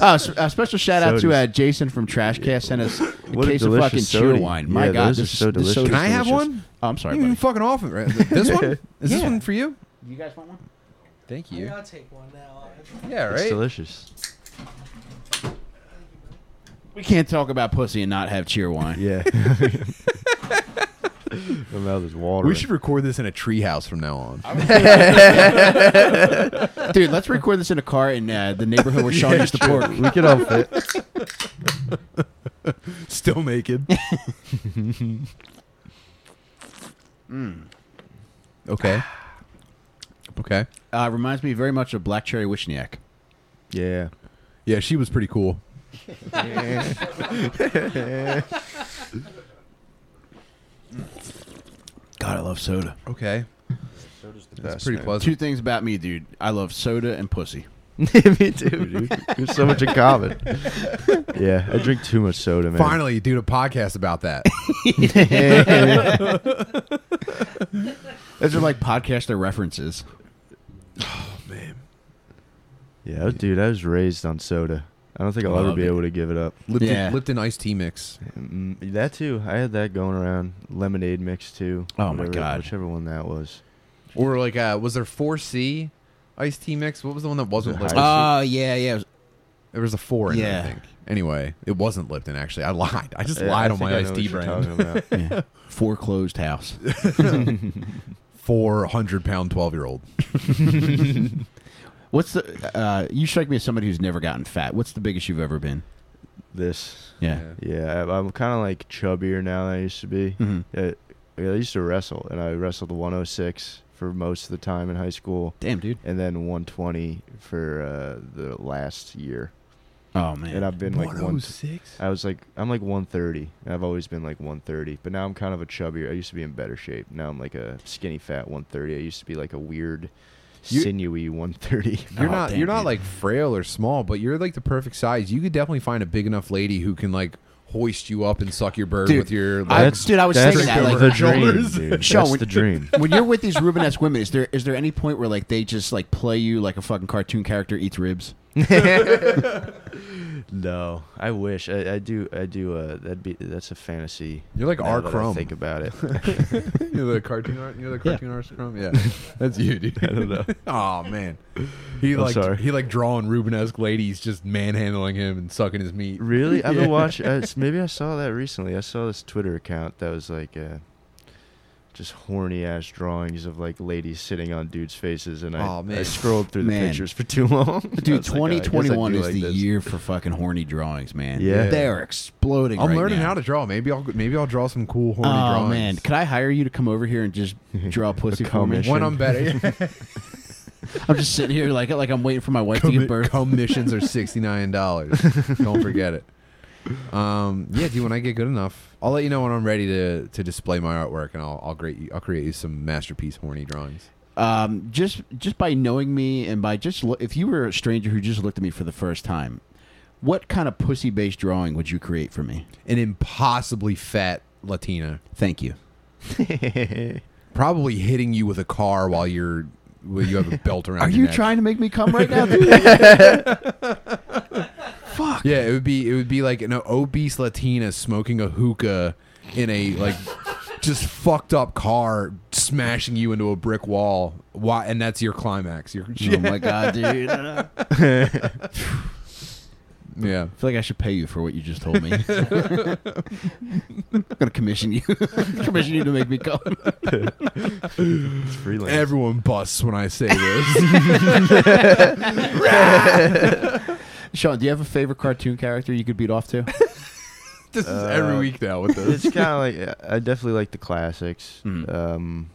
Speaker 2: uh, s- a special shout out to
Speaker 3: Sodas.
Speaker 2: uh, Jason from Trashcast sent us oh, a
Speaker 3: What a
Speaker 2: case of
Speaker 3: delicious
Speaker 2: fucking
Speaker 3: soda.
Speaker 2: cheer wine. My
Speaker 3: Yeah,
Speaker 2: God,
Speaker 3: those
Speaker 2: this
Speaker 3: are so
Speaker 2: is- this
Speaker 3: delicious.
Speaker 2: soda
Speaker 1: Can I
Speaker 2: is
Speaker 1: have
Speaker 2: delicious.
Speaker 1: one?
Speaker 2: Oh, I'm sorry,
Speaker 1: you can
Speaker 2: buddy.
Speaker 1: fucking offer right? This (laughs) one is this
Speaker 2: Yeah.
Speaker 1: one for you?
Speaker 2: You guys want one?
Speaker 1: Thank
Speaker 4: Yeah, I'll take one now.
Speaker 1: Yeah,
Speaker 3: It's
Speaker 1: right.
Speaker 3: delicious.
Speaker 2: We can't talk about pussy and not have cheer wine.
Speaker 3: (laughs)
Speaker 1: (laughs)
Speaker 3: Yeah. My mouth is watering.
Speaker 1: We should record this in a treehouse from now on. (laughs)
Speaker 2: Dude, let's record this in a car in uh, the neighborhood where Sean used to pork.
Speaker 3: We could all
Speaker 1: (laughs)
Speaker 3: fit.
Speaker 1: Still (laughs) naked. Mm. Okay. Okay.
Speaker 2: Uh, reminds me very much of Black Cherry Wishniak.
Speaker 3: Yeah.
Speaker 1: Yeah, she was pretty cool.
Speaker 2: God, I love soda.
Speaker 1: Okay. That's pretty
Speaker 2: Two
Speaker 1: pleasant.
Speaker 2: things about me, dude. I love soda and pussy.
Speaker 3: Me too, dude. There's so much in common. yeah, I drink too much soda, man.
Speaker 1: Finally, dude, a podcast about
Speaker 3: (laughs)
Speaker 1: that.
Speaker 2: Those are like podcaster references.
Speaker 3: Yeah, I- dude, I was raised on soda. I don't think I'll ever
Speaker 2: Love
Speaker 3: be
Speaker 2: it.
Speaker 3: able to give it up.
Speaker 1: Lipton,
Speaker 2: Yeah.
Speaker 1: Lipton iced tea mix.
Speaker 3: Mm, That too. I had that going around. Lemonade mix too.
Speaker 2: Oh my
Speaker 3: Whatever-
Speaker 2: God.
Speaker 3: Whichever one that was.
Speaker 1: Or like uh was there 4C iced tea mix? What was the one that wasn't
Speaker 3: Was it
Speaker 1: Lipton?
Speaker 3: high?
Speaker 2: Oh, yeah, yeah.
Speaker 1: there was a 4 in it,
Speaker 2: Yeah.
Speaker 1: I think. Anyway, it wasn't Lipton actually. I lied. I just
Speaker 3: Yeah,
Speaker 1: lied
Speaker 3: I
Speaker 1: on
Speaker 3: think
Speaker 1: my
Speaker 3: I know
Speaker 1: iced
Speaker 3: what
Speaker 1: tea
Speaker 3: you're
Speaker 1: brand. (laughs)
Speaker 3: talking about.
Speaker 2: yeah. Foreclosed house.
Speaker 1: 400 pound 12 year old.
Speaker 2: What's the? Uh, you strike me as somebody who's never gotten fat. What's the biggest you've ever been?
Speaker 3: this.
Speaker 2: Yeah.
Speaker 3: Yeah, I, I'm kind of like chubbier now than I used to be.
Speaker 2: Mhm.
Speaker 3: I, I used to wrestle, and I wrestled 106 for most of the time in high school,
Speaker 2: Damn, dude.
Speaker 3: and then 120 for uh, the last year.
Speaker 2: Oh
Speaker 3: And
Speaker 2: man.
Speaker 3: I've been like
Speaker 1: oh
Speaker 3: one. I was like, I'm like 130. And I've always been like 130, but now I'm kind of a chubbier. I used to be in better shape. Now I'm like a skinny fat 130. I used to be like a weird,
Speaker 1: You-
Speaker 3: sinewy (laughs) 130.
Speaker 1: You're
Speaker 2: Oh,
Speaker 1: not
Speaker 2: damn,
Speaker 1: you're not
Speaker 2: dude.
Speaker 1: like frail or small, but you're like the perfect size. You could definitely find a big enough lady who can like hoist you up and suck your bird
Speaker 2: Dude,
Speaker 1: with your
Speaker 2: I-
Speaker 1: legs. (laughs)
Speaker 2: dude, I was
Speaker 3: that's
Speaker 2: thinking that, like-
Speaker 3: the dream,
Speaker 1: Shoulders.
Speaker 3: (laughs) dude.
Speaker 2: Sean,
Speaker 3: That's
Speaker 2: when-
Speaker 3: the dream.
Speaker 2: (laughs) when you're with these Rubenesque women, is there is there any point where like they just like play you like a fucking cartoon character eats ribs?
Speaker 3: No, I wish I, I do. I do. Uh, that'd be that's a fantasy.
Speaker 1: You're like
Speaker 3: now
Speaker 1: R.
Speaker 3: that I
Speaker 1: Crumb.
Speaker 3: Think about it.
Speaker 1: you're the cartoon art. You're the cartoon artist from
Speaker 3: (laughs)
Speaker 1: yeah. That's you, dude. (laughs) I
Speaker 3: don't know.
Speaker 1: oh man, he
Speaker 3: I'm
Speaker 1: like
Speaker 3: sorry.
Speaker 1: he like drawing Rubenesque ladies just manhandling him and sucking his meat.
Speaker 3: really? I've been watching.
Speaker 2: (laughs)
Speaker 3: Uh, s- maybe I saw that recently. I saw this Twitter account that was like, uh, just horny ass drawings of like ladies sitting on dudes' faces, and I,
Speaker 1: Aw, man.
Speaker 3: I scrolled through the
Speaker 2: Man.
Speaker 3: pictures for too long. (laughs) I
Speaker 2: Dude,
Speaker 3: was like, "Oh, I guess I
Speaker 2: 2021
Speaker 3: do
Speaker 2: is
Speaker 3: like
Speaker 2: the
Speaker 3: this." (laughs)
Speaker 2: year for fucking horny drawings, man.
Speaker 3: Yeah.
Speaker 2: they are exploding.
Speaker 1: I'm
Speaker 2: right
Speaker 1: learning
Speaker 2: now.
Speaker 1: how to draw. Maybe I'll maybe I'll draw some cool horny
Speaker 2: Oh
Speaker 1: drawings.
Speaker 2: man, could I hire you to come over here and (laughs) just draw pussy for me?
Speaker 3: commission.
Speaker 1: when I'm (laughs) better,
Speaker 2: I'm just sitting here like like I'm waiting for my wife to give
Speaker 1: commi-
Speaker 2: birth.
Speaker 1: commissions are sixty nine
Speaker 2: (laughs)
Speaker 1: dollars. Don't forget it. Um, yeah, dude. When I get good enough, I'll let you know when I'm ready to to display my artwork, and I'll I'll create you, I'll create you some masterpiece horny drawings.
Speaker 2: um, just just by knowing me and by just lo- if you were a stranger who just looked at me for the first time, what kind of pussy based drawing would you create for me?
Speaker 1: An impossibly fat Latina,
Speaker 2: Thank you.
Speaker 1: probably hitting you with a car while you're while you have a belt around.
Speaker 2: Are
Speaker 1: your
Speaker 2: you
Speaker 1: neck.
Speaker 2: trying to make me come right (laughs) now, dude? Fuck.
Speaker 1: Yeah, it would be it would be like an obese Latina smoking a hookah in a like just fucked up car, s- smashing you into a brick wall. Why? And that's your climax. Your
Speaker 2: Oh my god, dude! I
Speaker 1: yeah.
Speaker 2: feel like I should pay you for what you just (laughs) told me. I'm gonna commission you. (laughs) commission you to make me come. (laughs)
Speaker 3: It's freelance.
Speaker 1: Everyone busts when I say (laughs) this.
Speaker 2: Sean, do you have a favorite cartoon character you could beat off to?
Speaker 1: this is
Speaker 3: Uh,
Speaker 1: every week now with
Speaker 3: it's
Speaker 1: (laughs) this.
Speaker 3: kind of like I definitely like the
Speaker 2: (laughs)
Speaker 3: classics.
Speaker 2: Mm.
Speaker 3: Um,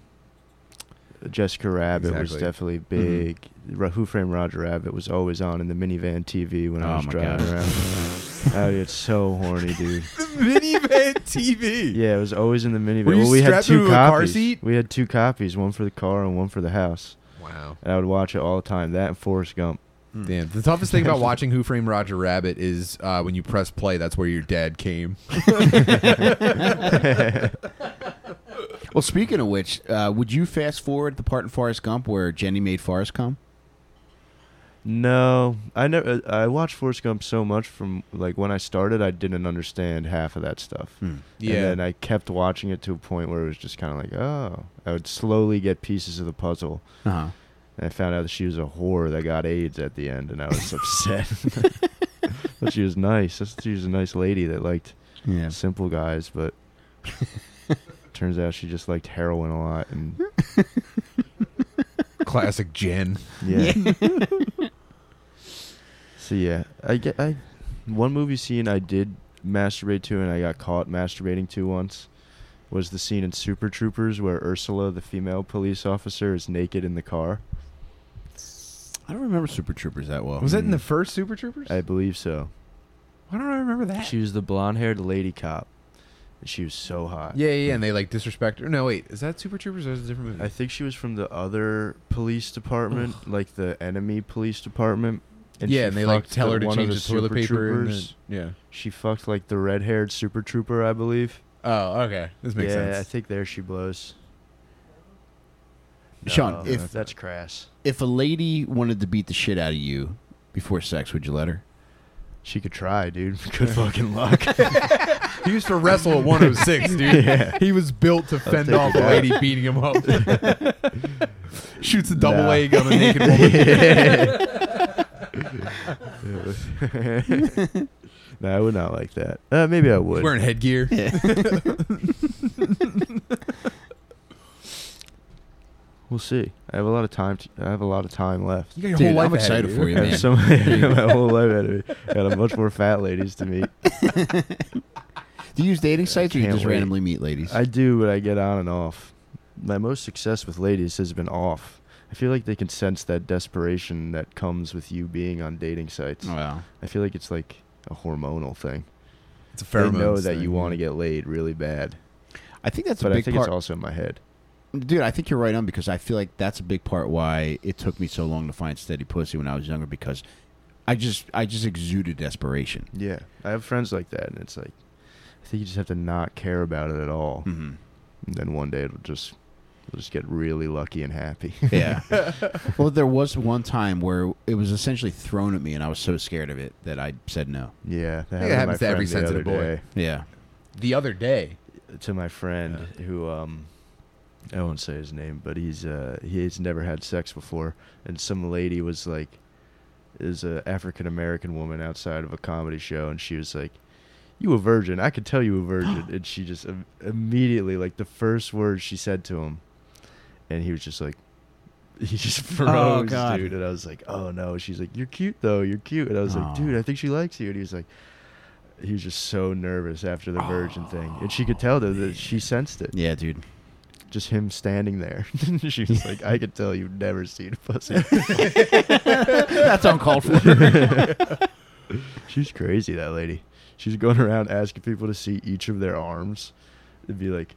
Speaker 3: Jessica Rabbit was
Speaker 1: Exactly.
Speaker 3: definitely
Speaker 2: Mm-hmm.
Speaker 3: big. Ra- Who Framed Roger Rabbit was always on in the minivan TV when
Speaker 2: Oh
Speaker 3: I was
Speaker 2: my
Speaker 3: driving
Speaker 2: God.
Speaker 3: around.
Speaker 2: (laughs)
Speaker 3: I would get so horny, dude.
Speaker 1: the minivan
Speaker 3: (laughs)
Speaker 1: TV.
Speaker 3: Yeah, it was always in the minivan.
Speaker 1: Were you
Speaker 3: well, we had
Speaker 1: strapped
Speaker 3: two
Speaker 1: into a car
Speaker 3: copies.
Speaker 1: seat?
Speaker 3: We had two copies, one for the car and one for the house.
Speaker 1: Wow.
Speaker 3: And I would watch it all the time. That and Forrest Gump.
Speaker 1: Damn. The toughest thing (laughs) about watching Who Framed Roger Rabbit is uh, when you press play. That's where your dad came.
Speaker 2: Well, speaking of which, uh, would you fast forward the part in Forrest Gump where Jenny made Forrest come?
Speaker 3: No, I never. uh, I watched Forrest Gump so much from like when I started, I didn't understand half of that stuff.
Speaker 2: Hmm.
Speaker 3: And
Speaker 1: (laughs)
Speaker 3: then I kept watching it to a point where it was just kind of like, oh, I would slowly get pieces of the puzzle.
Speaker 2: Uh-huh.
Speaker 3: And I found out that she was a whore that got AIDS at the end, and I (laughs) was upset. (laughs) but she was nice. That's- She was a nice lady that liked
Speaker 2: Yeah.
Speaker 3: simple guys, (laughs) but turns out she just liked heroin a lot. (laughs) And
Speaker 1: Classic Jen.
Speaker 3: yeah. (laughs) so yeah, I get I one movie scene I did masturbate to and I got caught masturbating to once was the scene in Super Troopers where Ursula, the female police officer, is naked in the car.
Speaker 2: I don't remember Super Troopers that well.
Speaker 1: Was that in the first Super Troopers?
Speaker 3: I believe so.
Speaker 1: Why don't I remember that?
Speaker 3: She was the blonde-haired lady cop. and She was so hot.
Speaker 1: yeah, yeah, yeah, and they like disrespect her. No, wait, is that Super Troopers or is it a different movie?
Speaker 3: I think she was from the other police department, like the enemy police department.
Speaker 1: yeah,
Speaker 3: she
Speaker 1: and they like
Speaker 3: fucked
Speaker 1: tell her to
Speaker 3: one of
Speaker 1: change the, toilet
Speaker 3: Super
Speaker 1: paper. and
Speaker 3: Troopers.
Speaker 1: then-
Speaker 3: She fucked like the red haired super trooper, I believe.
Speaker 1: yeah. Oh, okay. This makes
Speaker 3: yeah, I
Speaker 1: sense.
Speaker 3: think there she blows.
Speaker 2: Sean,
Speaker 3: No,
Speaker 2: if-
Speaker 3: that's crass.
Speaker 2: If a lady wanted to beat the shit out of you before sex, would you let her?
Speaker 3: She could try, dude. (laughs) Good fucking
Speaker 1: (laughs)
Speaker 3: luck.
Speaker 1: He used to wrestle at 106,
Speaker 3: (laughs)
Speaker 1: dude. (laughs)
Speaker 3: yeah.
Speaker 1: He was built to fend
Speaker 3: take
Speaker 1: off a
Speaker 3: it out.
Speaker 1: lady beating him
Speaker 3: (laughs)
Speaker 1: up. Shoots a double
Speaker 3: Nah.
Speaker 1: egg on a
Speaker 3: (laughs)
Speaker 1: naked woman.
Speaker 3: no, I would not like that. Uh, maybe I
Speaker 1: He's
Speaker 3: would.
Speaker 1: wearing headgear.
Speaker 3: We'll see. I have a lot of time. To, I have a lot of time left.
Speaker 1: You got your
Speaker 2: Dude,
Speaker 1: whole life
Speaker 2: I'm
Speaker 1: ahead of
Speaker 2: excited for you,
Speaker 3: I
Speaker 2: man.
Speaker 3: (laughs) have so many, my whole life ahead of me. Got a much more fat ladies to meet.
Speaker 2: Do you use dating sites or you
Speaker 3: can't
Speaker 2: just
Speaker 3: wait.
Speaker 2: randomly meet ladies?
Speaker 3: I do, but I get on and off. My most success with ladies has been off. I feel like they can sense that desperation that comes with you being on dating sites.
Speaker 2: wow.
Speaker 3: I feel like it's like a hormonal thing.
Speaker 1: It's a
Speaker 3: they know
Speaker 1: pheromones
Speaker 3: that you
Speaker 1: thing.
Speaker 3: want to get laid really bad,
Speaker 2: I think that's a
Speaker 3: but
Speaker 2: big
Speaker 3: I think
Speaker 2: part.
Speaker 3: it's also in my head.
Speaker 2: Dude, I think you're right on because I feel like that's a big part why it took me so long to find steady pussy when I was younger because I just I just exuded desperation.
Speaker 3: Yeah, I have friends like that, and it's like I think you just have to not care about it at all,
Speaker 2: Mm-hmm.
Speaker 3: and then one day it'll just you'll just get really lucky and happy. (laughs)
Speaker 2: Yeah. well, there was one time where it was essentially thrown at me, and I was so scared of it that I said no.
Speaker 3: yeah, that
Speaker 1: I think it happens to every
Speaker 3: friend the other
Speaker 1: sensitive boy.
Speaker 3: day.
Speaker 2: Yeah.
Speaker 1: The other day.
Speaker 3: to my friend who um I won't say his name, but he's uh he's never had sex before and some lady was like is a African American woman outside of a comedy show and she was like you a virgin. I could tell you a
Speaker 2: (gasps)
Speaker 3: virgin and she just im- immediately like the first words she said to him and he was just like (laughs) he just froze,
Speaker 2: Oh, God.
Speaker 3: dude. And I was like, "Oh no!" She's like, "You're cute, though. You're cute." And I was
Speaker 2: Aw.
Speaker 3: like, "Dude, I think she likes you." And he was like, he was just so nervous after the virgin thing, and she could tell though that Oh, she sensed it.
Speaker 2: Yeah, dude.
Speaker 3: Just him standing there. (laughs) she was like, "I could tell you've never seen a pussy." (laughs)
Speaker 2: That's uncalled for. (laughs)
Speaker 3: She's crazy, that lady. She's going around asking people to see each of their arms. It'd be like,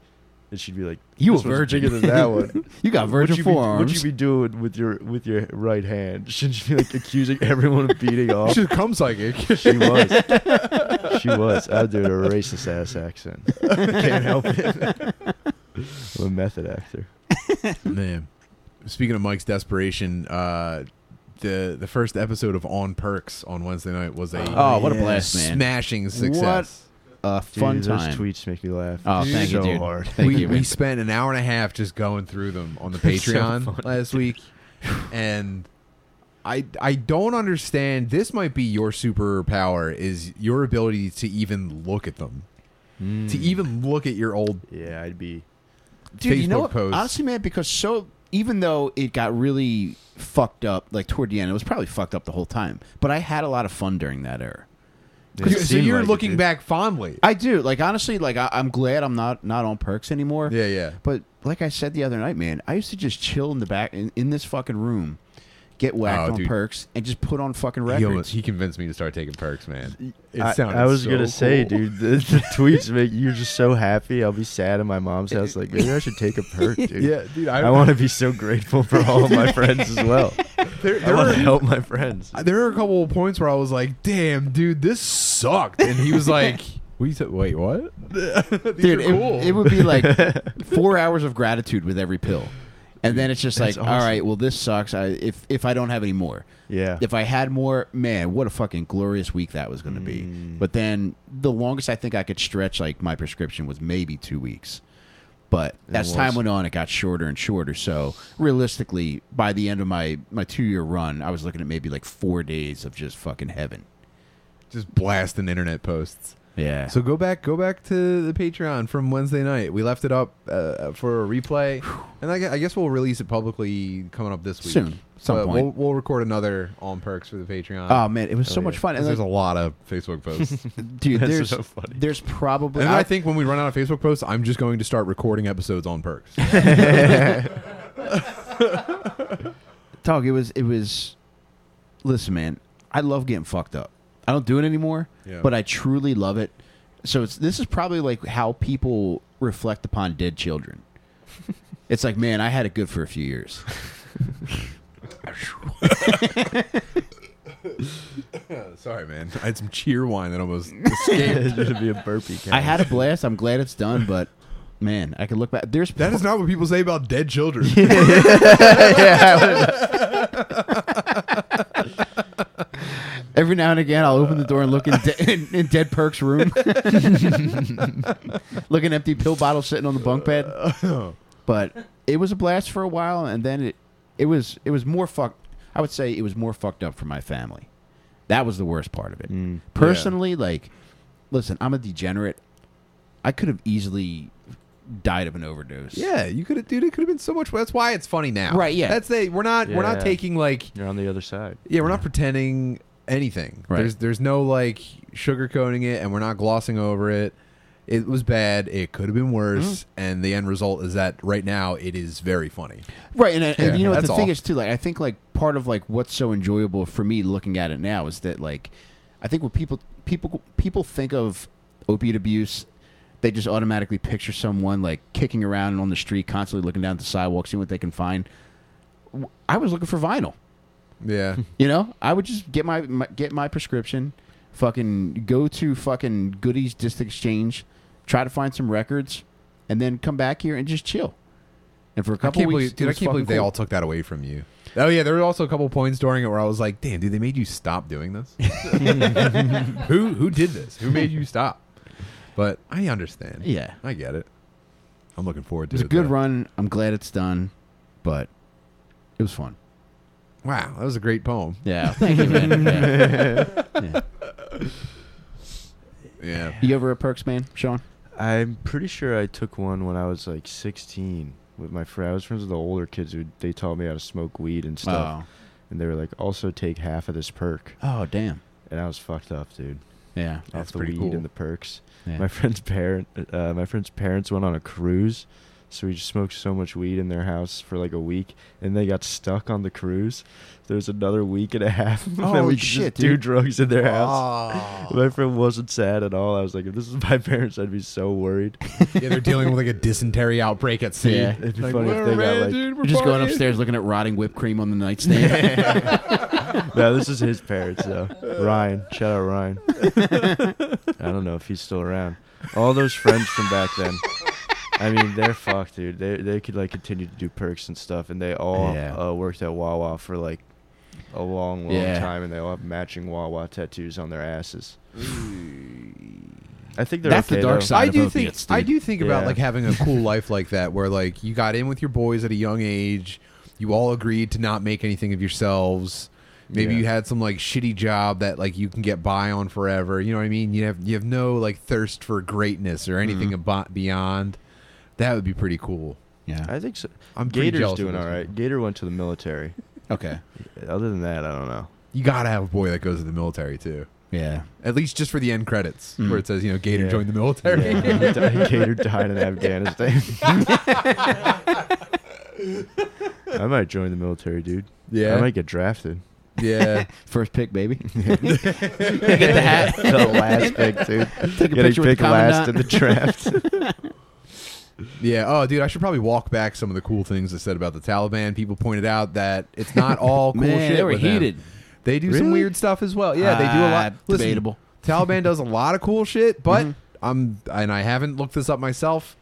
Speaker 3: and she'd be like,
Speaker 2: You
Speaker 3: "This
Speaker 2: a
Speaker 3: one's
Speaker 2: virgin."
Speaker 3: bigger than that
Speaker 2: (laughs)
Speaker 3: one."
Speaker 2: You got virgin
Speaker 3: you be,
Speaker 2: forearms.
Speaker 3: What you be doing with your with your right hand? (laughs) Shouldn't you be like accusing everyone of beating off?
Speaker 1: She's come psychic.
Speaker 3: (laughs) She was. she was. I do a racist ass accent.
Speaker 2: (laughs)
Speaker 3: Can't help it. (laughs) I'm a method actor.
Speaker 1: Man, speaking of Mike's desperation, uh, the the first episode of On Perks on Wednesday night was a
Speaker 2: Oh, what a blast, man.
Speaker 1: smashing success.
Speaker 2: a
Speaker 3: Dude,
Speaker 2: fun
Speaker 3: those
Speaker 2: time.
Speaker 3: tweets make me laugh.
Speaker 2: Oh,
Speaker 1: Dude,
Speaker 2: thank
Speaker 3: so
Speaker 2: you, dude.
Speaker 3: hard.
Speaker 2: Thank
Speaker 1: we,
Speaker 2: you.
Speaker 1: we
Speaker 2: man.
Speaker 1: spent an hour and a half just going through them on the
Speaker 4: so
Speaker 1: Patreon
Speaker 4: funny.
Speaker 1: last week, and I I don't understand. This might be your superpower is your ability to even look at them, to even look at your old.
Speaker 3: Yeah, I'd be.
Speaker 2: dude, you know
Speaker 1: Facebook
Speaker 2: what?
Speaker 1: posts.
Speaker 2: Honestly, man, because so even though it got really fucked up, like toward the end, it was probably fucked up the whole time. But I had a lot of fun during that era.
Speaker 3: it
Speaker 1: You- so
Speaker 3: seemed
Speaker 1: you're
Speaker 3: like it,
Speaker 1: looking
Speaker 3: dude.
Speaker 1: back fondly.
Speaker 2: I do. Like honestly, like I, I'm glad I'm not not on perks anymore.
Speaker 1: yeah, yeah.
Speaker 2: But like I said the other night, man, I used to just chill in the back in, in this fucking room, get whacked
Speaker 1: Oh,
Speaker 2: on
Speaker 1: dude.
Speaker 2: perks, and just put on fucking
Speaker 1: He,
Speaker 2: records.
Speaker 1: almost, he convinced me to start taking perks, man. It
Speaker 3: I,
Speaker 1: sounded
Speaker 3: I was
Speaker 1: so
Speaker 3: gonna say,
Speaker 1: cool.
Speaker 3: dude, the, the (laughs) tweets make you're just so happy. I'll be sad at my mom's house. Like maybe I should take a
Speaker 2: (laughs)
Speaker 3: perk, dude.
Speaker 1: Yeah, dude. I,
Speaker 3: I want to be so grateful for all of my friends as
Speaker 2: (laughs)
Speaker 3: well.
Speaker 1: There,
Speaker 3: I
Speaker 1: there
Speaker 3: want to
Speaker 1: were,
Speaker 3: help my friends.
Speaker 1: there were a couple of points where I was like, "Damn, dude, this sucked," and he was (laughs) like, "We said, wait, what? (laughs) These
Speaker 2: Dude,
Speaker 1: are
Speaker 2: it,
Speaker 1: cool.
Speaker 2: it would
Speaker 1: (laughs)
Speaker 2: be like four hours of gratitude with every pill, and then it's just like,
Speaker 3: That's
Speaker 2: all
Speaker 3: awesome.
Speaker 2: right, well, this sucks. I if if I don't have any more,
Speaker 3: Yeah.
Speaker 2: if I had more, man, what a fucking glorious week that was going to be. But then the longest I think I could stretch like my prescription was maybe two weeks. But as
Speaker 3: was.
Speaker 2: time went on, it got shorter and shorter. So realistically, by the end of my my two year run, I was looking at maybe like four days of just fucking heaven.
Speaker 1: just blasting internet posts."
Speaker 2: Yeah. So
Speaker 1: So go back, go back to the Patreon from Wednesday night. We left it up uh, for a replay, and I, gue- I guess we'll release it publicly coming up this week
Speaker 2: Soon, some
Speaker 1: But
Speaker 2: point.
Speaker 1: We'll, we'll record another on perks for the Patreon.
Speaker 2: oh man, it was so
Speaker 3: yeah.
Speaker 2: much fun.
Speaker 1: 'Cause
Speaker 2: And
Speaker 1: there's
Speaker 2: like,
Speaker 1: a lot of Facebook posts,
Speaker 2: (laughs)
Speaker 1: and
Speaker 2: dude,
Speaker 3: That's
Speaker 2: there's
Speaker 3: so funny.
Speaker 2: there's probably
Speaker 1: then I think when we run out of Facebook posts, I'm just going to start recording episodes on
Speaker 2: (laughs)
Speaker 1: perks.
Speaker 2: Dog, it was it was listen, man, I love getting fucked up. I don't do it anymore,
Speaker 1: Yeah.
Speaker 2: but I truly love it. So it's this is probably like how people reflect upon dead children. it's like, man, I had it good for a few years.
Speaker 1: Sorry, man. I had some cheer wine that almost.
Speaker 3: (laughs) It'd be a burpee.
Speaker 2: I had a blast. I'm glad it's done, but man, I could look back. There's
Speaker 1: that is not what people say about dead
Speaker 2: (laughs)
Speaker 1: children.
Speaker 2: every now and again I'll open the door and look in, de- in, in Dead Perk's room, (laughs) look an empty pill bottle sitting on the bunk bed. but it was a blast for a while, and then it it was it was more fucked. I would say it was more fucked up for my family. That was the worst part of it. Personally, like, listen, I'm a degenerate. I could have easily died of an overdose.
Speaker 1: Yeah, you could have, dude. It could have been so much. That's why it's funny now,
Speaker 2: Right, yeah.
Speaker 1: That's the we're not we're not
Speaker 3: Yeah.
Speaker 1: taking like
Speaker 3: You're on the other side.
Speaker 1: yeah we're not pretending anything.
Speaker 2: Right.
Speaker 1: There's there's no like sugarcoating it, and we're not glossing over it. It was bad. It could have been
Speaker 2: Mm.
Speaker 1: worse, and the end result is that right now it is very funny.
Speaker 2: Right, and, and
Speaker 1: Yeah,
Speaker 2: you know what
Speaker 1: that's
Speaker 2: the thing
Speaker 1: all.
Speaker 2: is too. Like I think like part of like what's so enjoyable for me looking at it now is that like I think when people people people think of opiate abuse, they just automatically picture someone like kicking around on the street, constantly looking down at the sidewalk, seeing what they can find. W- I was looking for vinyl.
Speaker 1: Yeah,
Speaker 2: You know, I would just get my, my get my prescription, fucking go to fucking Goodies Disc Exchange, try to find some records, and then come back here and just chill. And for a
Speaker 1: I
Speaker 2: couple
Speaker 1: can't
Speaker 2: weeks,
Speaker 1: believe,
Speaker 2: it
Speaker 1: dude. I
Speaker 2: was
Speaker 1: can't believe
Speaker 2: fucking
Speaker 1: they
Speaker 2: cool.
Speaker 1: all took that away from you. Oh yeah, there were also a couple points during it where I was like, "Damn, dude, they made you stop doing this.
Speaker 2: (laughs)
Speaker 1: who who did this? Who made you stop?" But I understand.
Speaker 2: Yeah.
Speaker 1: I get it. I'm looking forward
Speaker 2: It
Speaker 1: to
Speaker 2: was a good
Speaker 1: though.
Speaker 2: run. I'm glad it's done, but it was fun.
Speaker 1: Wow, that was a great poem.
Speaker 2: Yeah. (laughs) Thank you, man. Yeah. (laughs)
Speaker 1: Yeah.
Speaker 2: You ever a perks man, Sean?
Speaker 3: I'm pretty sure I took one when I was like 16 with my friend. I was friends with the older kids who they taught me how to smoke weed and stuff. And they were like, also take half of this perk.
Speaker 2: Oh, damn.
Speaker 3: And I was fucked up, dude.
Speaker 2: Yeah.
Speaker 1: That's
Speaker 3: off the
Speaker 1: pretty
Speaker 3: weed
Speaker 1: cool.
Speaker 3: and the perks.
Speaker 2: Yeah.
Speaker 3: My (laughs) friend's parent, uh, my friend's parents went on a cruise, so we just smoked so much weed in their house for like a week, and they got stuck on the cruise. There's another week and a half, (laughs) and
Speaker 2: Oh,
Speaker 3: then we could
Speaker 2: shit,
Speaker 3: just do
Speaker 2: dude.
Speaker 3: drugs in their house.
Speaker 1: Ah.
Speaker 3: My friend wasn't sad at all. I was like, if this is my (laughs) parents, I'd be so worried.
Speaker 1: (laughs) yeah, they're dealing with like a dysentery outbreak at sea.
Speaker 2: Yeah.
Speaker 3: It'd be
Speaker 1: Like,
Speaker 3: funny
Speaker 1: "We're
Speaker 3: if they
Speaker 1: red,
Speaker 3: got like,
Speaker 1: dude, we're
Speaker 2: You're just going
Speaker 1: partying."
Speaker 2: upstairs looking at rotting whipped cream on the nightstand.
Speaker 1: (laughs)
Speaker 3: no, this is his parents though. Ryan, shout out Ryan. I don't know if he's still around. All those friends from back then. I mean, they're fucked, dude. They they could like continue to do perks and stuff, and they all
Speaker 2: Yeah.
Speaker 3: uh, worked at Wawa for like a long, long
Speaker 2: Yeah.
Speaker 3: time, and they all have matching Wawa tattoos on their asses. I think they're
Speaker 2: That's the
Speaker 3: okay,
Speaker 2: dark
Speaker 3: though.
Speaker 2: side.
Speaker 1: I
Speaker 2: of
Speaker 1: do think
Speaker 2: opiates,
Speaker 1: I
Speaker 2: dude.
Speaker 1: do think about
Speaker 3: Yeah.
Speaker 1: like having
Speaker 3: (laughs)
Speaker 1: a cool life like that, where like you got in with your boys at a young age, you all agreed to not make anything of yourselves. Maybe
Speaker 3: Yeah.
Speaker 1: you had some like shitty job that like you can get by on forever. You know what I mean? You have you have no like thirst for greatness or anything
Speaker 3: Mm-hmm.
Speaker 1: abo- beyond. That would be pretty cool. (laughs)
Speaker 2: Yeah.
Speaker 3: I think so.
Speaker 1: I'm pretty
Speaker 3: Gator's
Speaker 1: jealous of
Speaker 3: doing
Speaker 1: those
Speaker 3: all right.
Speaker 1: people.
Speaker 3: Gator went to the military.
Speaker 2: Okay.
Speaker 3: Other than that, I don't know.
Speaker 1: You gotta have a boy that goes to the military too.
Speaker 2: Yeah.
Speaker 1: At least just for the end credits,
Speaker 2: Mm.
Speaker 1: where it says you know Gator
Speaker 3: Yeah.
Speaker 1: joined the military.
Speaker 3: Yeah, di- Gator died in Afghanistan. I might join the military, dude. I
Speaker 1: (laughs) yeah,
Speaker 3: might get drafted.
Speaker 1: yeah.
Speaker 2: First pick,
Speaker 1: (laughs)
Speaker 2: baby. (laughs)
Speaker 3: Get the hat. (laughs) the last pick, dude.
Speaker 2: Take a
Speaker 3: Getting
Speaker 2: picture with
Speaker 3: picked
Speaker 2: the
Speaker 3: last in
Speaker 2: commandant.
Speaker 3: the draft.
Speaker 1: Yeah. Oh, dude, I should probably walk back some of the cool things I said about the Taliban. People pointed out that it's not
Speaker 2: (laughs)
Speaker 1: all cool
Speaker 2: Man,
Speaker 1: shit.
Speaker 2: they were
Speaker 1: with them.
Speaker 2: heated.
Speaker 1: They do some
Speaker 3: Really?
Speaker 1: weird stuff as well. Yeah, they do a lot.
Speaker 2: Ah,
Speaker 1: Listen,
Speaker 2: Debatable. (laughs)
Speaker 1: Taliban does a lot of cool shit, but
Speaker 2: Mhm.
Speaker 1: I'm and I haven't looked this up myself.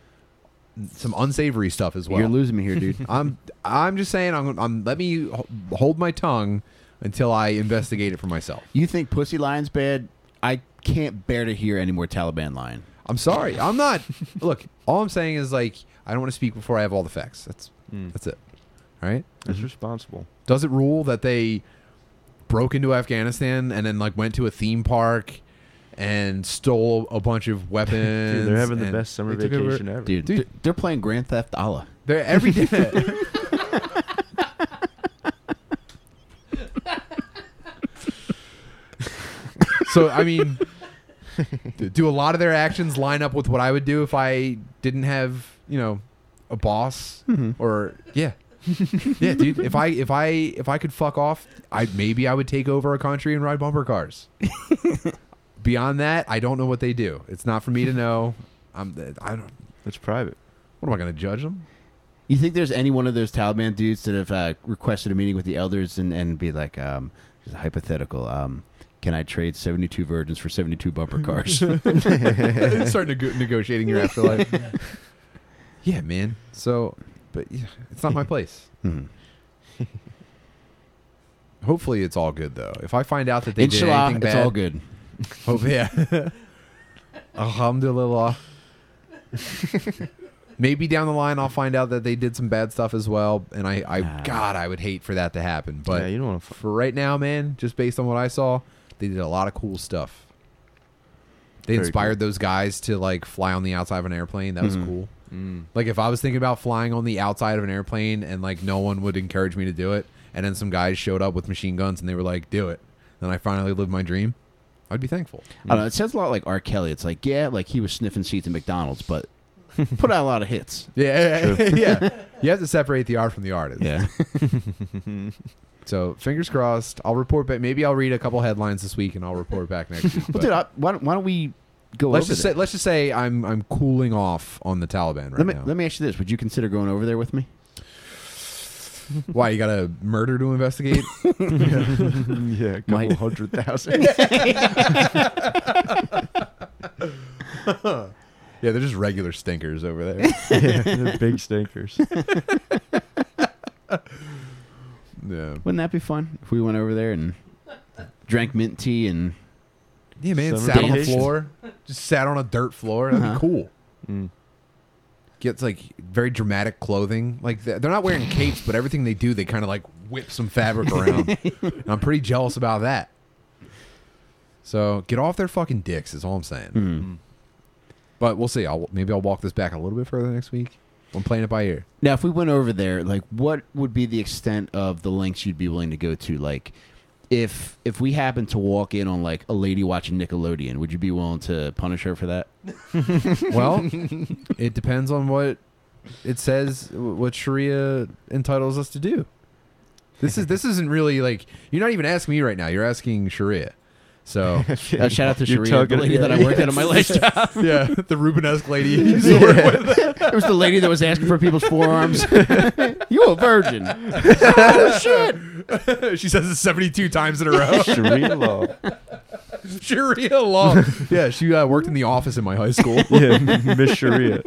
Speaker 1: Some unsavory stuff as well.
Speaker 2: You're losing me
Speaker 1: (laughs)
Speaker 2: here, dude.
Speaker 1: I'm I'm just saying I'm, I'm let me h- hold my tongue until I investigate it for myself.
Speaker 2: you think pussy lion's bad? I can't bear to hear any more Taliban lying.
Speaker 1: I'm sorry. I'm
Speaker 2: (laughs)
Speaker 1: not. look, all I'm saying is like I don't want to speak before I have all the facts. That's
Speaker 2: Hmm.
Speaker 1: that's it. All right.
Speaker 3: That's responsible.
Speaker 1: Does it rule that they broke into Afghanistan and then like went to a theme park and stole a bunch of weapons?
Speaker 3: (laughs) Dude, they're having the
Speaker 1: and
Speaker 3: best summer
Speaker 1: they took over-
Speaker 3: vacation ever.
Speaker 2: Dude,
Speaker 1: Dude.
Speaker 2: th- they're playing Grand Theft Allah.
Speaker 1: They're every day. so I mean, d- do a lot of their actions line up with what I would do if I didn't have you know a boss or yeah. yeah, dude. If I if I if I could fuck off, I maybe I would take over a country and ride bumper cars. Beyond that, I don't know what they do. It's not for me to know. I'm I don't.
Speaker 3: It's private.
Speaker 1: What am I going to judge them?
Speaker 2: You think there's any one of those Taliban dudes that have uh, requested a meeting with the elders and, and be like, um, this is hypothetical, um, can I trade 72 virgins for
Speaker 1: (laughs)
Speaker 2: 72 bumper cars?
Speaker 1: Hmm. start neg- negotiating your afterlife. (laughs) yeah, man. So, but yeah, it's
Speaker 2: (laughs)
Speaker 1: not my place.
Speaker 2: (laughs) Hmm.
Speaker 1: Hopefully, it's all good though. If I find out that they did
Speaker 2: Inshallah,
Speaker 1: anything
Speaker 2: it's
Speaker 1: bad,
Speaker 2: all good.
Speaker 1: Hope, (laughs) yeah.
Speaker 2: (laughs)
Speaker 1: Alhamdulillah. Maybe down the line I'll find out that they did some bad stuff as well, and I, I
Speaker 2: Ah.
Speaker 1: God, I would hate for that to happen. But
Speaker 3: yeah,
Speaker 1: (laughs)
Speaker 3: you don't want to.
Speaker 1: for right now, man, just based on what I saw, they did a lot of cool stuff. They
Speaker 3: Very
Speaker 1: inspired those guys to like fly on the outside of an airplane. That was cool.
Speaker 3: Mm.
Speaker 1: Like if I was thinking about flying on the outside of an airplane and like no one would encourage me to do it, and then some guys showed up with machine guns and they were like, "Do it," and I finally lived my dream, I'd be thankful.
Speaker 2: I don't know. It sounds a lot like R. Kelly. It's like, yeah, like he was sniffing seats at
Speaker 1: (laughs)
Speaker 2: McDonald's, but put out a lot of hits.
Speaker 1: Yeah, yeah. You have to separate the art from the artist.
Speaker 2: Yeah.
Speaker 1: (laughs) So fingers crossed. I'll report back. Maybe I'll read a couple headlines this week and I'll report back next
Speaker 3: (laughs)
Speaker 1: week.
Speaker 2: well,
Speaker 1: but-
Speaker 2: dude, I, why, don't, why don't we go
Speaker 1: let's
Speaker 2: over
Speaker 1: just
Speaker 2: this?
Speaker 1: say let's just say I'm I'm cooling off on the Taliban right
Speaker 2: let, me,
Speaker 1: now.
Speaker 2: let me ask you this. Would you consider going over there with me?
Speaker 1: Why you got a murder to investigate? (laughs)
Speaker 3: (laughs) yeah, a couple
Speaker 2: Might-
Speaker 3: hundred thousand.
Speaker 1: yeah, they're just regular stinkers over
Speaker 2: (laughs)
Speaker 1: there.
Speaker 3: yeah, they're big stinkers.
Speaker 1: Yeah,
Speaker 2: Wouldn't that be fun if we went over there and drank mint tea and
Speaker 1: yeah, man.
Speaker 3: Summer
Speaker 1: sat on the
Speaker 3: vacation.
Speaker 1: floor, just sat on a dirt floor. That'd
Speaker 2: Uh-huh.
Speaker 1: be cool.
Speaker 3: Mm.
Speaker 1: Gets like very dramatic clothing. Like th- they're not wearing capes, but everything they do, they kind of like whip some fabric around. and I'm pretty jealous about that. So get off their fucking dicks is all I'm saying.
Speaker 3: Mm.
Speaker 1: But we'll see. I'll maybe I'll walk this back a little bit further next week. I'm playing it by ear.
Speaker 2: Now, if we went over there, like, what would be the extent of the lengths you'd be willing to go to? Like, if if we happened to walk in on like a lady watching Nickelodeon, would you be willing to punish her
Speaker 1: (laughs)
Speaker 2: for that?
Speaker 1: Well, it depends on what it says, what Sharia entitles us to do. This is this isn't really like you're not even asking me right now. You're asking (laughs) Sharia. So
Speaker 2: Uh, shout out to
Speaker 3: You're
Speaker 2: Sharia, the
Speaker 3: talking-
Speaker 2: lady
Speaker 3: yeah.
Speaker 2: that I worked at
Speaker 1: (laughs)
Speaker 2: on my last job.
Speaker 1: yeah, the Rubenesque lady. you used to work with.
Speaker 2: It was the lady that was asking for
Speaker 1: (laughs)
Speaker 2: people's forearms. you a virgin? Oh,
Speaker 1: (laughs) she says it 72 times in a
Speaker 2: (laughs)
Speaker 1: row.
Speaker 3: Sharia law.
Speaker 1: Sharia law. (laughs) Yeah, she uh, worked in the office in my high
Speaker 2: (laughs)
Speaker 1: school.
Speaker 3: (laughs) Yeah, Miss Sharia.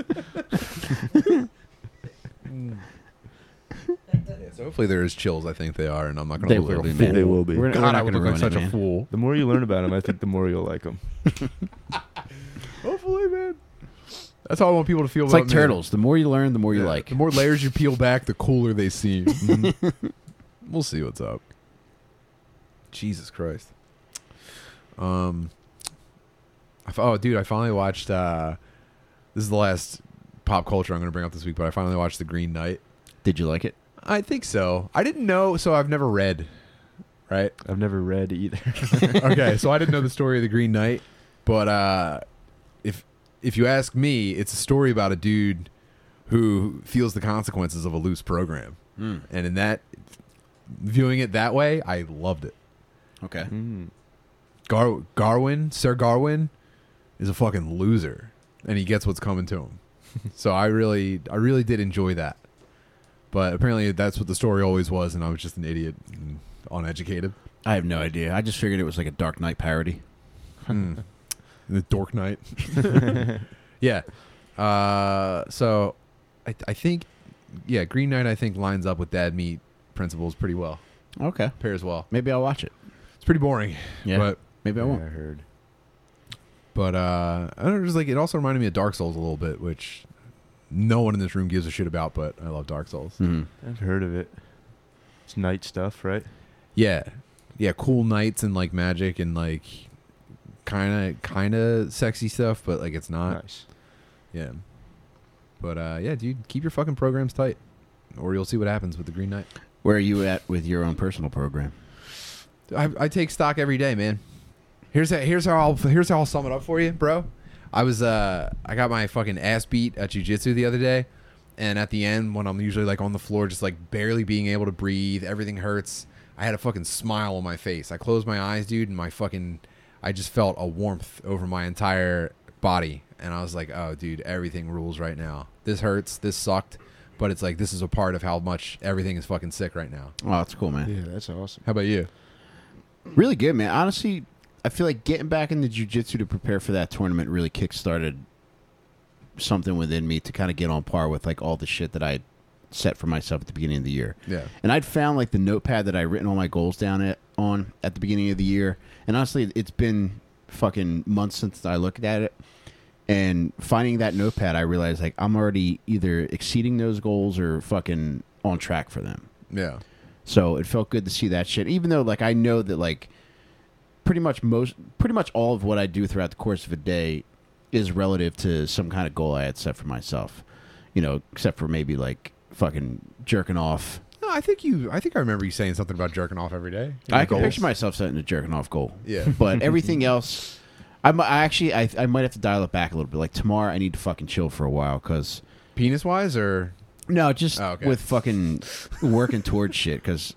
Speaker 1: so hopefully there is chills. I think they are, and I'm not going
Speaker 2: They
Speaker 1: to look
Speaker 2: will
Speaker 1: like a
Speaker 2: be,
Speaker 1: fool.
Speaker 2: man.
Speaker 3: They will be.
Speaker 2: We're not,
Speaker 1: God,
Speaker 2: we're
Speaker 1: I
Speaker 2: not
Speaker 1: would
Speaker 2: gonna
Speaker 1: look
Speaker 2: ruin
Speaker 1: like
Speaker 2: it,
Speaker 1: such a
Speaker 2: man.
Speaker 1: fool.
Speaker 3: The more you learn about them, I think the more you'll like them.
Speaker 1: That's how I want people to feel
Speaker 2: It's
Speaker 1: about
Speaker 2: like
Speaker 1: me.
Speaker 2: turtles. The more you learn, the more you
Speaker 1: Yeah,
Speaker 2: like.
Speaker 1: The more layers you peel back, the cooler they seem. (laughs) we'll see what's up. Jesus Christ. Um. I, fi- oh, dude, I finally watched. uh This is the last pop culture I'm going to bring up this week, but I finally watched The Green Knight.
Speaker 2: Did you like it?
Speaker 1: I think so. I didn't know, so I've never read. Right.
Speaker 3: I've never read either.
Speaker 1: okay, so I didn't know the story of the Green Knight, but uh, if if you ask me, it's a story about a dude who feels the consequences of a loose program, and in that viewing it that way, I loved it.
Speaker 2: Okay.
Speaker 3: (laughs)
Speaker 1: Gar- Garwin, Sir Garwin, is a fucking loser, and he gets what's coming to him. so I really, I really did enjoy that. But apparently, that's what the story always was, and I was just an idiot, and uneducated,
Speaker 2: I have no idea. I just figured it was like a Dark Knight parody.
Speaker 1: (laughs) the Dork Knight. (laughs) Yeah. Uh, so I, I think, yeah, Green Knight, I think, lines up with Dad Meat principles pretty well,
Speaker 2: Okay.
Speaker 1: pairs well.
Speaker 2: Maybe I'll watch it.
Speaker 1: It's pretty boring,
Speaker 2: Yeah.
Speaker 1: but,
Speaker 2: Maybe I won't.
Speaker 3: I heard.
Speaker 1: but, uh, I don't know, just like, it also reminded me of Dark Souls a little bit, which no one in this room gives a shit about, but I love Dark Souls.
Speaker 2: Mhm.
Speaker 3: I've heard of it. It's night stuff, right?
Speaker 1: Yeah. Yeah. Cool knights and like magic and like kind of, kind of sexy stuff, but like it's not.
Speaker 3: nice.
Speaker 1: Yeah. But, uh, yeah, dude, keep your fucking programs tight or you'll see what happens with the Green Knight.
Speaker 2: Where are you at with your own personal program?
Speaker 1: I, I take stock every day, man. Here's how, here's how I'll here's how I'll sum it up for you, bro. I was uh I got my fucking ass beat at jujitsu the other day, and at the end when I'm usually like on the floor, just like barely being able to breathe, everything hurts. I had a fucking smile on my face. I closed my eyes, dude, and my fucking I just felt a warmth over my entire body, and I was like, oh, dude, everything rules right now. This hurts. This sucked, but it's like this is a part of how much everything is fucking sick right now.
Speaker 2: Oh, that's cool, man.
Speaker 3: Yeah, that's awesome.
Speaker 1: How about you?
Speaker 2: Really good, man. Honestly, I feel like getting back into jujitsu to prepare for that tournament really kickstarted something within me to kind of get on par with like all the shit that I set for myself at the beginning of the year.
Speaker 1: Yeah.
Speaker 2: And I'd found like the notepad that I'd written all my goals down at, on at the beginning of the year. And honestly, it's been fucking months since I looked at it. And finding that notepad, I realized like I'm already either exceeding those goals or fucking on track for them.
Speaker 1: Yeah.
Speaker 2: So it felt good to see that shit. Even though like I know that like pretty much most pretty much all of what I do throughout the course of a day is relative to some kind of goal I had set for myself. You know, except for maybe like fucking jerking off.
Speaker 1: No, I think you. I think I remember you saying something about jerking off every day.
Speaker 2: I
Speaker 1: Your
Speaker 2: can
Speaker 1: goals.
Speaker 2: picture myself setting a jerking off goal.
Speaker 1: Yeah. (laughs)
Speaker 2: But everything else I mi- I actually I, I might have to dial it back a little bit. Like tomorrow I need to fucking chill for a while cuz
Speaker 1: Penis wise, or
Speaker 2: No, just
Speaker 1: Oh, okay.
Speaker 2: with fucking working towards shit because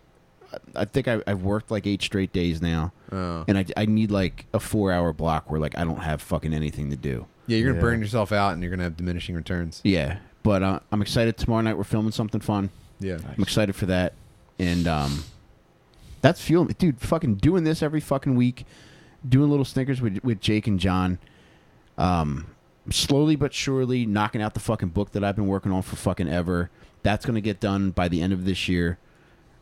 Speaker 2: I think I, I've worked like eight straight days now,
Speaker 1: Oh.
Speaker 2: and I, I need like a four hour block where like I don't have fucking anything to do.
Speaker 1: yeah, you're gonna
Speaker 3: Yeah.
Speaker 1: burn yourself out, and you're gonna have diminishing returns.
Speaker 2: Yeah, but uh, I'm excited. Tomorrow night we're filming something fun.
Speaker 1: Yeah.
Speaker 2: I'm excited for that, and um, that's fuel, dude. Fucking doing this every fucking week, doing little snickers with with Jake and John. Um, slowly but surely knocking out the fucking book that I've been working on for fucking ever. That's gonna get done by the end of this year.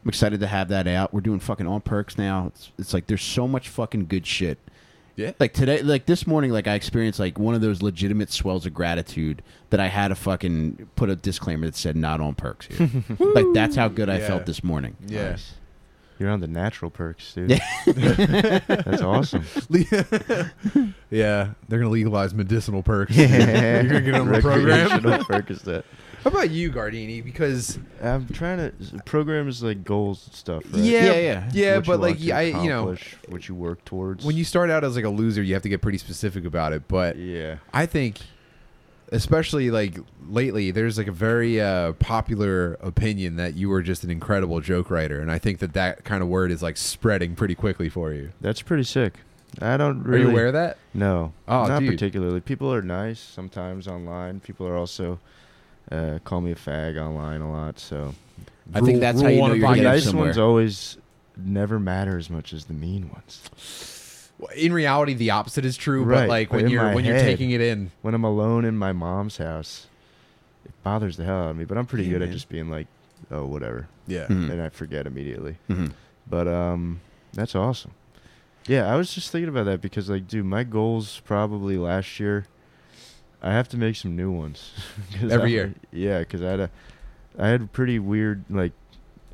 Speaker 2: I'm excited to have that out. We're doing fucking all perks now. It's it's like there's so much fucking good shit
Speaker 1: Yeah.
Speaker 2: like today like this morning like i experienced like one of those legitimate swells of gratitude that i had to fucking put a disclaimer that said not on perks
Speaker 1: (laughs)
Speaker 2: here like that's how good i
Speaker 1: Yeah.
Speaker 2: felt this morning
Speaker 1: Yeah.
Speaker 3: Nice. You're on the natural perks, dude. (laughs) that's awesome.
Speaker 1: (laughs) yeah. They're gonna legalize medicinal perks.
Speaker 3: (laughs) Yeah.
Speaker 1: (laughs) You're gonna get on the program.
Speaker 3: Recreational perk is that.
Speaker 1: How about you, Gardini? Because
Speaker 3: I'm trying to programs like goals and stuff. Right?
Speaker 1: Yeah,
Speaker 2: yeah yeah
Speaker 1: yeah,
Speaker 3: What
Speaker 1: but
Speaker 3: you
Speaker 1: like
Speaker 3: want to
Speaker 1: I, you know,
Speaker 3: accomplish, what you work towards.
Speaker 1: when you start out as like a loser, you have to get pretty specific about it. But
Speaker 3: yeah,
Speaker 1: I think, especially like lately, there's like a very uh, popular opinion that you were just an incredible joke writer, and I think that that kind of word is like spreading pretty quickly for you.
Speaker 3: that's pretty sick. I don't really.
Speaker 1: Are you aware of that?
Speaker 3: No,
Speaker 1: Oh,
Speaker 3: not
Speaker 1: dude.
Speaker 3: particularly. People are nice sometimes online. People are also uh, call me a fag online a lot. So
Speaker 2: i think
Speaker 1: Rule-
Speaker 2: that's how
Speaker 1: rule
Speaker 2: you
Speaker 1: one
Speaker 2: know
Speaker 1: of
Speaker 2: you're
Speaker 1: five.
Speaker 3: the
Speaker 2: getting
Speaker 3: nice
Speaker 2: somewhere
Speaker 3: ones always never matter as much as the mean ones.
Speaker 1: (laughs) Well, in reality the opposite is true but
Speaker 3: Right,
Speaker 1: like
Speaker 3: but
Speaker 1: when
Speaker 3: in
Speaker 1: you're
Speaker 3: my
Speaker 1: when you're
Speaker 3: head.
Speaker 1: taking it in
Speaker 3: When I'm alone in my mom's house, it bothers the hell out of me. But I'm pretty
Speaker 2: Yeah,
Speaker 3: good
Speaker 2: man.
Speaker 3: at just being like, oh, whatever,
Speaker 1: yeah
Speaker 2: Mhm.
Speaker 3: and I forget immediately.
Speaker 2: Mhm.
Speaker 3: But um, that's awesome. Yeah, I was just thinking about that because like, dude, my goals probably last year. I have to make some new ones (laughs) 'Cause
Speaker 1: Every
Speaker 3: I-
Speaker 1: year.
Speaker 3: Yeah, because I had a, I had a pretty weird like,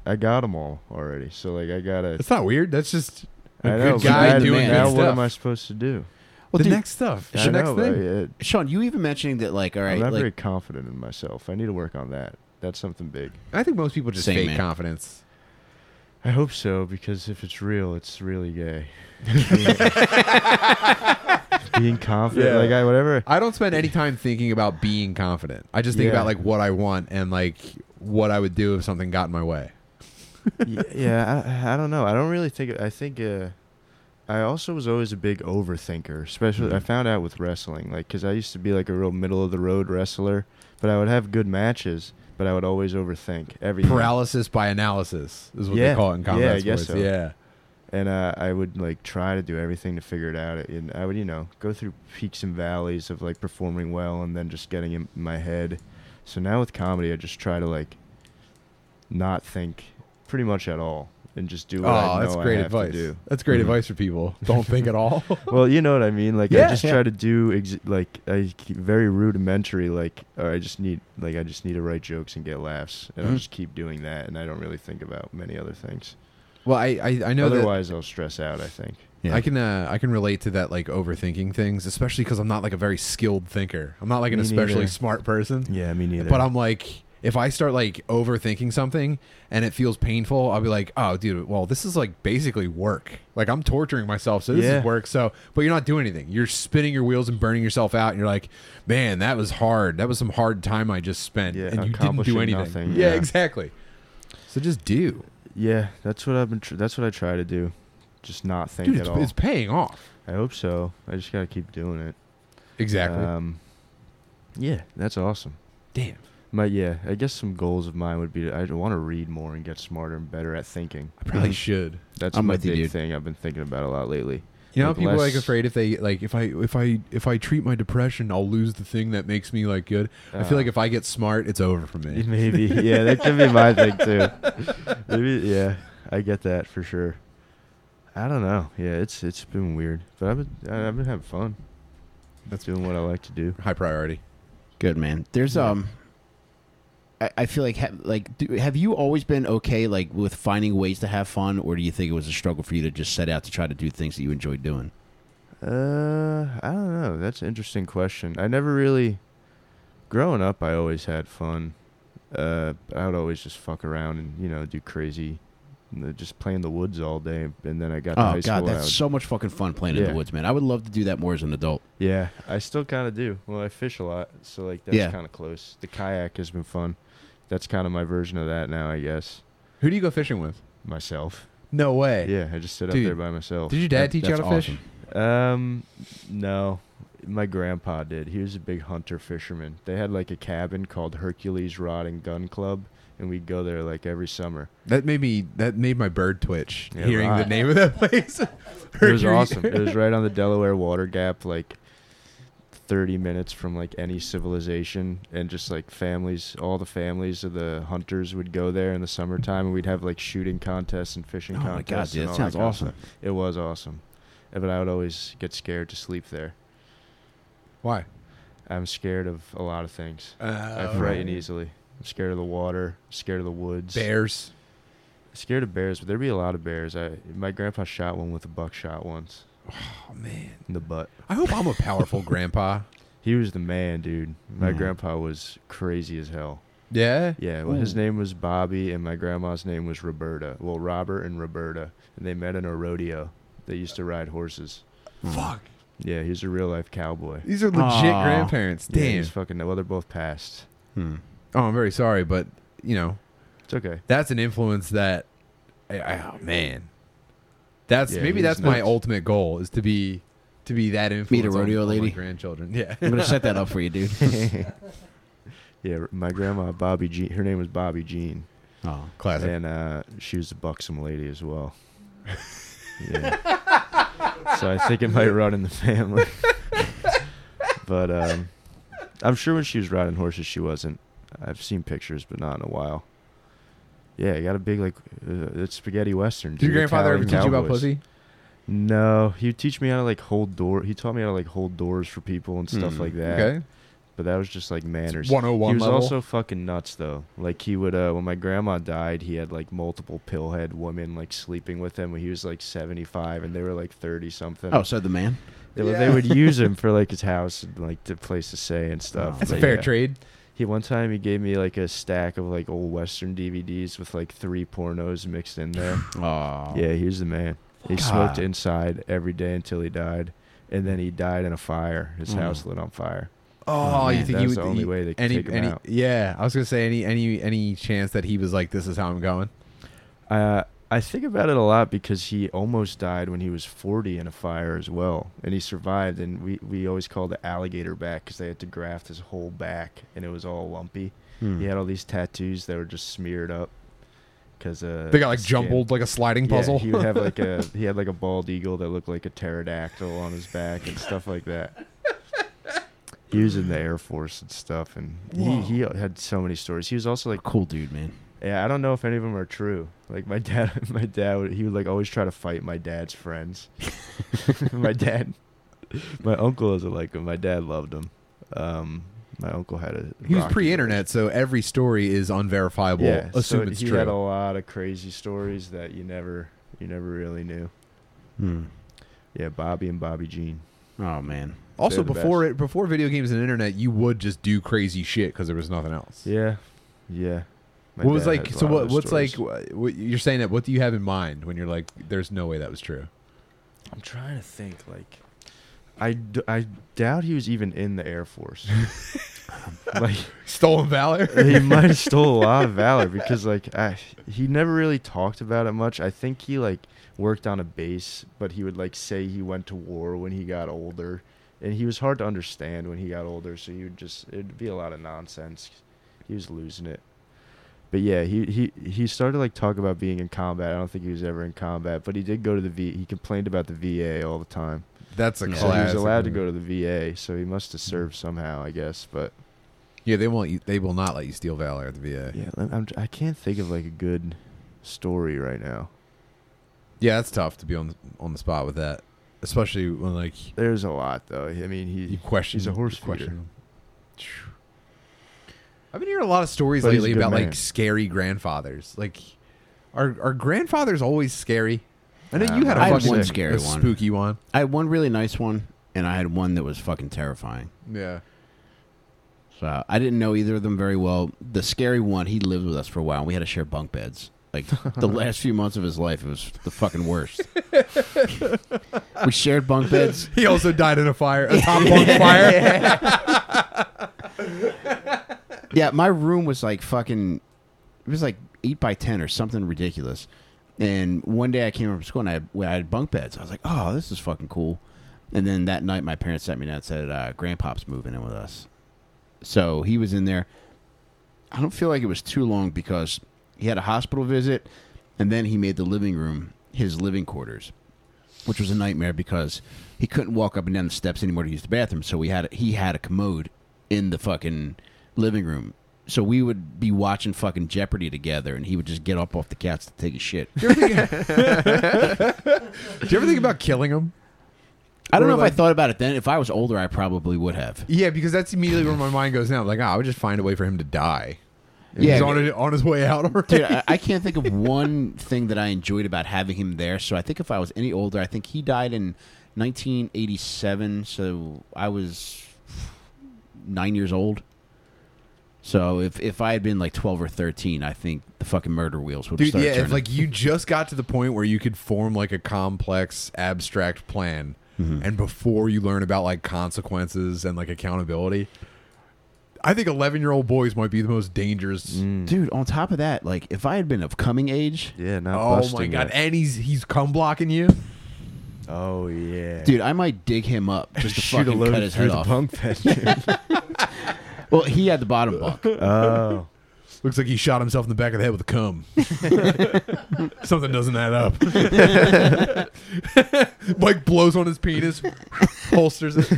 Speaker 3: I got them all already. So like I gotta.
Speaker 1: It's not weird. That's just a
Speaker 3: I
Speaker 1: good
Speaker 3: know, but
Speaker 1: guy
Speaker 3: now-
Speaker 1: doing
Speaker 3: now.
Speaker 1: good
Speaker 3: What am I
Speaker 1: stuff.
Speaker 3: supposed to do?
Speaker 2: Well,
Speaker 1: the
Speaker 2: dude,
Speaker 1: next stuff. It's
Speaker 3: I
Speaker 1: the next
Speaker 3: know,
Speaker 1: thing.
Speaker 3: I- it-
Speaker 2: Sean, you even mentioning that, like, all right,
Speaker 3: I'm not
Speaker 2: like,
Speaker 3: very confident in myself. I need to work on that. That's something big.
Speaker 1: I think most people just
Speaker 2: Same,
Speaker 1: fake
Speaker 2: man.
Speaker 1: confidence.
Speaker 3: I hope so because if it's real, it's really gay. (laughs) Being confident,
Speaker 1: Yeah.
Speaker 3: like I whatever.
Speaker 1: I don't spend any time thinking about being confident. I just think
Speaker 3: Yeah.
Speaker 1: about like what I want and like what I would do if something got in my way.
Speaker 3: Y- yeah, I, I don't know. I don't really think. I think. Uh, I also was always a big overthinker, especially I found out with wrestling, like because I used to be like a real middle of the road wrestler, but I would have good matches, but I would always overthink everything.
Speaker 1: Paralysis by analysis is what they
Speaker 3: Yeah.
Speaker 1: call it in
Speaker 3: Yeah,
Speaker 1: combat
Speaker 3: I guess
Speaker 1: sports.
Speaker 3: so.
Speaker 1: Yeah.
Speaker 3: and uh, I would like try to do everything to figure it out. And I would, you know, go through peaks and valleys of like performing well and then just getting in my head. So now with comedy, I just try to like not think pretty much at all and just do what
Speaker 1: Oh,
Speaker 3: I know
Speaker 1: that's
Speaker 3: I
Speaker 1: great
Speaker 3: have
Speaker 1: advice.
Speaker 3: to do.
Speaker 1: That's great
Speaker 3: Mhm.
Speaker 1: advice for people. Don't think at
Speaker 3: (laughs)
Speaker 1: all.
Speaker 3: Well, you know what I mean. Like
Speaker 1: Yeah,
Speaker 3: I just
Speaker 1: yeah.
Speaker 3: try to do ex- like I keep very rudimentary. Like or I just need like I just need to write jokes and get laughs, and
Speaker 1: Mhm.
Speaker 3: I'll just keep doing that. And I don't really think about many other things.
Speaker 1: well, I I, I know that
Speaker 3: Otherwise, I'll stress out. I think.
Speaker 2: Yeah.
Speaker 1: I can uh, I can relate to that like overthinking things, especially because I'm not like a very skilled thinker. I'm not like an
Speaker 3: Me
Speaker 1: especially
Speaker 3: neither.
Speaker 1: smart person.
Speaker 3: Yeah, me neither.
Speaker 1: But I'm like, if I start like overthinking something and it feels painful, I'll be like, oh, dude, well, this is like basically work. Like I'm torturing myself, so this
Speaker 3: Yeah.
Speaker 1: is work. So, but you're not doing anything. You're spinning your wheels and burning yourself out. And you're like, man, that was hard. That was some hard time I just spent,
Speaker 3: Yeah,
Speaker 1: and you didn't
Speaker 3: accomplishing
Speaker 1: do anything.
Speaker 3: nothing.
Speaker 1: Yeah,
Speaker 3: Yeah.
Speaker 1: exactly. So just do,
Speaker 3: Yeah, that's what I've been. Tr- that's what I try to do, just not think
Speaker 1: dude.
Speaker 3: at
Speaker 1: It's,
Speaker 3: all.
Speaker 1: it's paying off.
Speaker 3: I hope so. I just gotta keep doing it.
Speaker 1: Exactly.
Speaker 3: Um, yeah, that's awesome.
Speaker 1: Damn.
Speaker 3: My yeah, I guess some goals of mine would be I want to read more and get smarter and better at thinking.
Speaker 1: I probably should.
Speaker 3: That's
Speaker 2: I'm
Speaker 3: my
Speaker 2: with you,
Speaker 3: big
Speaker 2: dude.
Speaker 3: thing I've been thinking about a lot lately.
Speaker 1: You know, how
Speaker 3: Like
Speaker 1: people are like
Speaker 3: less-
Speaker 1: afraid if they like if I if I if I treat my depression, I'll lose the thing that makes me like good. I feel
Speaker 3: Uh,
Speaker 1: like if I get smart, it's over (laughs) for me.
Speaker 3: maybe yeah, that could be my thing too.
Speaker 1: (laughs)
Speaker 3: Maybe yeah, I get that for sure. I don't know. Yeah, it's it's been weird, but I've been I- I've been having fun. That's doing what I like to do.
Speaker 1: High priority.
Speaker 2: Good man. There's
Speaker 3: Yeah.
Speaker 2: um, I, I feel like ha- like do, have you always been okay like with finding ways to have fun, or do you think it was a struggle for you to just set out to try to do things that you enjoyed doing?
Speaker 3: Uh, I don't know. That's an interesting question. I never really, growing up, I always had fun. Uh, I would always just fuck around and you know do crazy, and then just play in the woods all day. And then I got to
Speaker 2: Oh
Speaker 3: high school.
Speaker 2: god,
Speaker 3: and I
Speaker 2: that's
Speaker 3: would-
Speaker 2: so much fucking fun playing in the
Speaker 3: Yeah.
Speaker 2: woods, man. I would love to do that more as an adult.
Speaker 3: yeah, I still kind of do. Well, I fish a lot, so like that's
Speaker 2: Yeah.
Speaker 3: kind of close. The kayak has been fun. That's kind of my version of that now, I guess.
Speaker 1: Who do you go fishing with?
Speaker 3: Myself.
Speaker 1: No way.
Speaker 3: Yeah, I just sit
Speaker 1: Dude,
Speaker 3: up there by myself.
Speaker 1: Did your dad
Speaker 2: That-
Speaker 1: teach you
Speaker 2: that's
Speaker 1: how to fish?
Speaker 2: awesome.
Speaker 3: Um, no, my grandpa did. He was a big hunter fisherman. They had like a cabin called Hercules Rod and Gun Club, and we'd go there like every summer.
Speaker 1: That made me. That made my bird twitch
Speaker 3: Yeah,
Speaker 1: hearing
Speaker 3: right.
Speaker 1: the name of that place.
Speaker 3: (laughs) It was awesome. it was right
Speaker 2: (laughs)
Speaker 3: on the Delaware Water Gap, like. 30 minutes from like any civilization and just like families all the families of the hunters would go there in the summertime and we'd have like shooting contests and fishing
Speaker 2: Oh my god,
Speaker 3: contests
Speaker 2: dude,
Speaker 3: and
Speaker 2: that
Speaker 3: all
Speaker 2: sounds
Speaker 3: kind of
Speaker 2: awesome.
Speaker 3: stuff. it was awesome Uh, but i would always get scared to sleep there
Speaker 1: Why?
Speaker 3: i'm scared of a lot of things
Speaker 1: Uh,
Speaker 3: I frighten easily. I'm scared of the water. scared of the woods.
Speaker 1: Bears.
Speaker 3: Scared of bears, but there'd be a lot of bears. I my grandpa shot one with a buckshot once
Speaker 1: Oh man.
Speaker 3: in the butt.
Speaker 1: I hope I'm a
Speaker 3: (laughs)
Speaker 1: powerful grandpa.
Speaker 3: He was the man, dude. My
Speaker 2: Mhm.
Speaker 3: grandpa was crazy as hell.
Speaker 1: Yeah.
Speaker 3: Yeah, well, his
Speaker 2: Ooh.
Speaker 3: name was Bobby, and my grandma's name was Roberta. Well, Robert and Roberta, and they met in a rodeo. They used to ride horses. Mm.
Speaker 1: Fuck.
Speaker 3: Yeah, he was a real life cowboy.
Speaker 1: These are legit
Speaker 2: Aw.
Speaker 1: grandparents.
Speaker 3: Yeah,
Speaker 1: Damn.
Speaker 3: he's fucking. Well, they're both passed.
Speaker 2: Hmm.
Speaker 1: oh, I'm very sorry, but you know
Speaker 3: It's okay. (laughs)
Speaker 1: that's an influence that I- I- oh man that's
Speaker 3: Yeah,
Speaker 1: maybe
Speaker 3: he's
Speaker 1: that's my
Speaker 3: nuts.
Speaker 1: ultimate goal is to be to be that influence on-
Speaker 2: rodeo
Speaker 1: on my
Speaker 2: lady?
Speaker 1: grandchildren (laughs) yeah
Speaker 2: I'm gonna set that up for you, dude.
Speaker 3: Yeah, my grandma Bobby Jean. Her name was Bobby Jean.
Speaker 2: (laughs) oh.
Speaker 1: classic
Speaker 3: And uh, she was a buxom lady as well. yeah. So I think it might run in the family. (laughs) but um, I'm sure when she was riding horses, she wasn't. I've seen pictures, but not in a while. Yeah, I got a big like uh, it's spaghetti western.
Speaker 1: did your
Speaker 3: dude,
Speaker 1: grandfather ever
Speaker 3: Italian
Speaker 1: teach you about
Speaker 3: cowboys.
Speaker 1: pussy
Speaker 3: No, he would teach me how to like hold door. He taught me how to like hold doors for people and stuff
Speaker 2: Hmm,
Speaker 3: like that.
Speaker 1: okay
Speaker 3: but that was just like manners.
Speaker 1: 101
Speaker 3: He was
Speaker 1: level.
Speaker 3: also fucking nuts though. Like he would uh when my grandma died, he had like multiple pillhead women like sleeping with him when he was like 75 and they were like 30 something.
Speaker 2: Oh, so the man.
Speaker 3: They, would- they would use him for like his house and like the place to stay and stuff.
Speaker 1: That's a
Speaker 3: But,
Speaker 1: fair
Speaker 3: yeah.
Speaker 1: trade.
Speaker 3: He one time he gave me like a stack of like old western DVDs with like three pornos mixed in there.
Speaker 2: Oh.
Speaker 3: Yeah, he was the man. He
Speaker 2: God.
Speaker 3: smoked inside every day until he died, and then he died in a fire. His
Speaker 2: Mm.
Speaker 3: house lit on fire.
Speaker 1: Oh, Hmm. you
Speaker 2: man,
Speaker 1: think
Speaker 3: that's
Speaker 1: he would?
Speaker 3: the only
Speaker 1: he-
Speaker 3: way they could
Speaker 1: any,
Speaker 3: take him
Speaker 1: any,
Speaker 3: out.
Speaker 1: Yeah, I was gonna say any any any chance that he was like, "This is how I'm going."
Speaker 3: Uh, I think about it a lot because he almost died when he was 40 in a fire as well, and he survived. And we, we always called the alligator back because they had to graft his whole back, and it was all lumpy.
Speaker 1: Hmm.
Speaker 2: Hmm.
Speaker 3: He had all these tattoos that were just smeared up because uh,
Speaker 1: They got like
Speaker 3: skin.
Speaker 1: jumbled like a sliding puzzle.
Speaker 3: Yeah, he would have
Speaker 1: (laughs)
Speaker 3: like a he had like a bald eagle that looked like a pterodactyl on his back and stuff like that. He was in the Air Force and stuff, and he, he had so many stories. He was also like,
Speaker 2: Cool dude, man.
Speaker 3: yeah, I don't know if any of them are true. Like my (laughs) dad, my dad, would, he would like always try to fight my dad's friends. (laughs) my dad, my uncle doesn't like him. My dad loved him. Um, my uncle had a.
Speaker 1: He was
Speaker 3: rocky
Speaker 1: pre-internet, so every story is unverifiable.
Speaker 3: yeah,
Speaker 1: assume
Speaker 3: so
Speaker 1: it's
Speaker 3: he
Speaker 1: true.
Speaker 3: had a lot of crazy stories that you never, you never really knew.
Speaker 2: Hmm.
Speaker 3: Yeah, Bobby and Bobby Jean.
Speaker 2: Oh man.
Speaker 1: also,
Speaker 3: they're the
Speaker 1: before it, before video games and internet, you would just do crazy shit because there was nothing else.
Speaker 3: Yeah, yeah. My
Speaker 1: what was
Speaker 3: dad
Speaker 1: like?
Speaker 3: has a
Speaker 1: So
Speaker 3: lot
Speaker 1: what?
Speaker 3: of
Speaker 1: What's
Speaker 3: stories.
Speaker 1: like? wh- What, you're saying that? What do you have in mind when you're like? There's no way that was true. (laughs)
Speaker 3: I'm trying to think. Like, I, d- I doubt he was even in the Air (laughs) Force. like
Speaker 1: Stolen
Speaker 3: (laughs)
Speaker 1: valor.
Speaker 3: he might have stole a lot of valor because like I, he never really talked about it much. I think he like worked on a base, but he would like say he went to war when he got older, and he was hard to understand when he got older. So he would just it'd be a lot of nonsense. He was losing it. But yeah, he, he he started like talk about being in combat. I don't think he was ever in combat, but he did go to the V. He complained about the VA all the time.
Speaker 1: That's a
Speaker 2: Yeah.
Speaker 3: So he
Speaker 1: class.
Speaker 3: was allowed to go to the VA, so he must have served somehow, I guess. But
Speaker 1: Yeah, they won't. You, they will not let you steal valor at the VA. Yeah,
Speaker 3: Yeah, let- I'm, I can't think of like a good story right now.
Speaker 1: that's tough to be on the, on the spot with that, especially when like
Speaker 3: There's a lot though. I mean,
Speaker 1: you
Speaker 3: he
Speaker 1: question.
Speaker 3: he's a horse
Speaker 1: you question
Speaker 3: feeder.
Speaker 1: them. Phew. I've been hearing a lot of stories
Speaker 3: But he's a
Speaker 1: lately
Speaker 3: good
Speaker 1: about
Speaker 3: man.
Speaker 1: like scary grandfathers. Like, are are grandfathers always scary? I know
Speaker 3: Nah,
Speaker 1: you had a
Speaker 2: I had
Speaker 1: fucking
Speaker 2: one scary
Speaker 1: a
Speaker 2: one.
Speaker 1: spooky one.
Speaker 2: I had one really nice one, and I had one that was fucking terrifying.
Speaker 1: Yeah. (laughs)
Speaker 2: So I didn't know either of them very well. The scary one, he lived with us for a while. And we had to share bunk beds. Like (laughs) the last few months of his life, it was the fucking worst. (laughs) we shared bunk beds.
Speaker 1: He also died in a fire, a top (laughs) bunk fire.
Speaker 2: (laughs) Yeah, my room was like fucking. It was like eight by ten or something ridiculous. And one day I came home from school and I had, well, I had bunk beds. I was like, oh, this is fucking cool. And then that night, my parents sat me down and said, uh, Grandpop's moving in with us. So he was in there. I don't feel like it was too long because he had a hospital visit and then he made the living room his living quarters, which was a nightmare because he couldn't walk up and down the steps anymore to use the bathroom. So we had he had a commode in the fucking living room. So we would be watching fucking Jeopardy together and he would just get up off the couch to take a shit.
Speaker 1: Do you ever think about killing him?
Speaker 2: I don't
Speaker 1: Or
Speaker 2: know
Speaker 1: like-
Speaker 2: if I thought about it then. If I was older, I probably would have.
Speaker 1: Yeah, because that's immediately where my mind goes now. Like, ah, I would just find a way for him to die.
Speaker 2: Yeah.
Speaker 1: he's on, it- on his way out already.
Speaker 2: Dude, I, I can't think of one thing that I enjoyed about having him there. So I think if I was any older, I think he died in 1987. So I was nine years old. So if, if I had been like 12 or 13, I think the fucking murder wheels would have
Speaker 1: Dude,
Speaker 2: started
Speaker 1: yeah,
Speaker 2: turning.
Speaker 1: if like you just got to the point where you could form like a complex, abstract plan, and before you learn about like consequences and like accountability, I think eleven-year-old boys might be the most dangerous.
Speaker 2: Dude, on top of that, like if I had been of coming age,
Speaker 3: Hmm. Yeah, not
Speaker 1: Oh
Speaker 3: busting
Speaker 1: my god!
Speaker 3: it.
Speaker 1: And he's he's cum blocking you.
Speaker 3: Oh yeah, (laughs)
Speaker 2: dude, I might dig him up just to
Speaker 3: shoot a
Speaker 2: fucking
Speaker 3: load
Speaker 2: cut his
Speaker 3: through the
Speaker 2: head off. (laughs)
Speaker 3: bunk bed. dude.
Speaker 2: Well, he had the bottom bunk.
Speaker 3: (laughs) oh,
Speaker 1: Looks like he shot himself in the back of the head with a cum. Something doesn't add up. (laughs) Mike blows on his penis, (laughs) holsters it.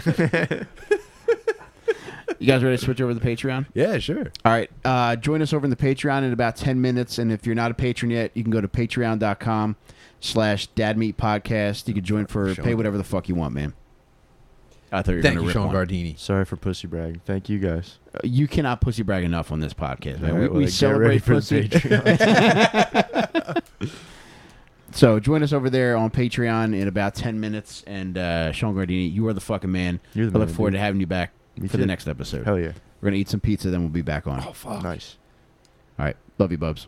Speaker 2: You guys ready to switch over to the Patreon?
Speaker 1: Yeah, sure.
Speaker 2: All right. Uh, join us over in the Patreon in about 10 minutes. And if you're not a patron yet, you can go to patreon.com slash dadmeatpodcast. You can join for
Speaker 1: Showing.
Speaker 2: pay whatever the fuck you want, man. I thought you were
Speaker 1: Thank
Speaker 2: gonna
Speaker 1: you,
Speaker 2: rip
Speaker 1: Sean
Speaker 2: one.
Speaker 1: Gardini.
Speaker 3: Sorry for pussy bragging. Thank you guys.
Speaker 2: Uh, You cannot pussy brag enough on this podcast, man.
Speaker 3: All
Speaker 2: we
Speaker 3: right, well,
Speaker 2: we
Speaker 3: then get ready
Speaker 2: celebrate
Speaker 3: for the
Speaker 2: pussy. (laughs)
Speaker 3: Patreon.
Speaker 2: So join us over there on Patreon in about ten minutes. And uh, Sean Gardini, you are the fucking man.
Speaker 3: You're the
Speaker 2: I look
Speaker 3: man,
Speaker 2: forward
Speaker 3: dude.
Speaker 2: to having you back
Speaker 3: Me
Speaker 2: for
Speaker 3: too.
Speaker 2: the next episode.
Speaker 3: Hell yeah. Oh,
Speaker 2: We're gonna eat some pizza, then we'll be back on.
Speaker 1: fuck.
Speaker 3: Nice.
Speaker 2: All right, love you, Bubs.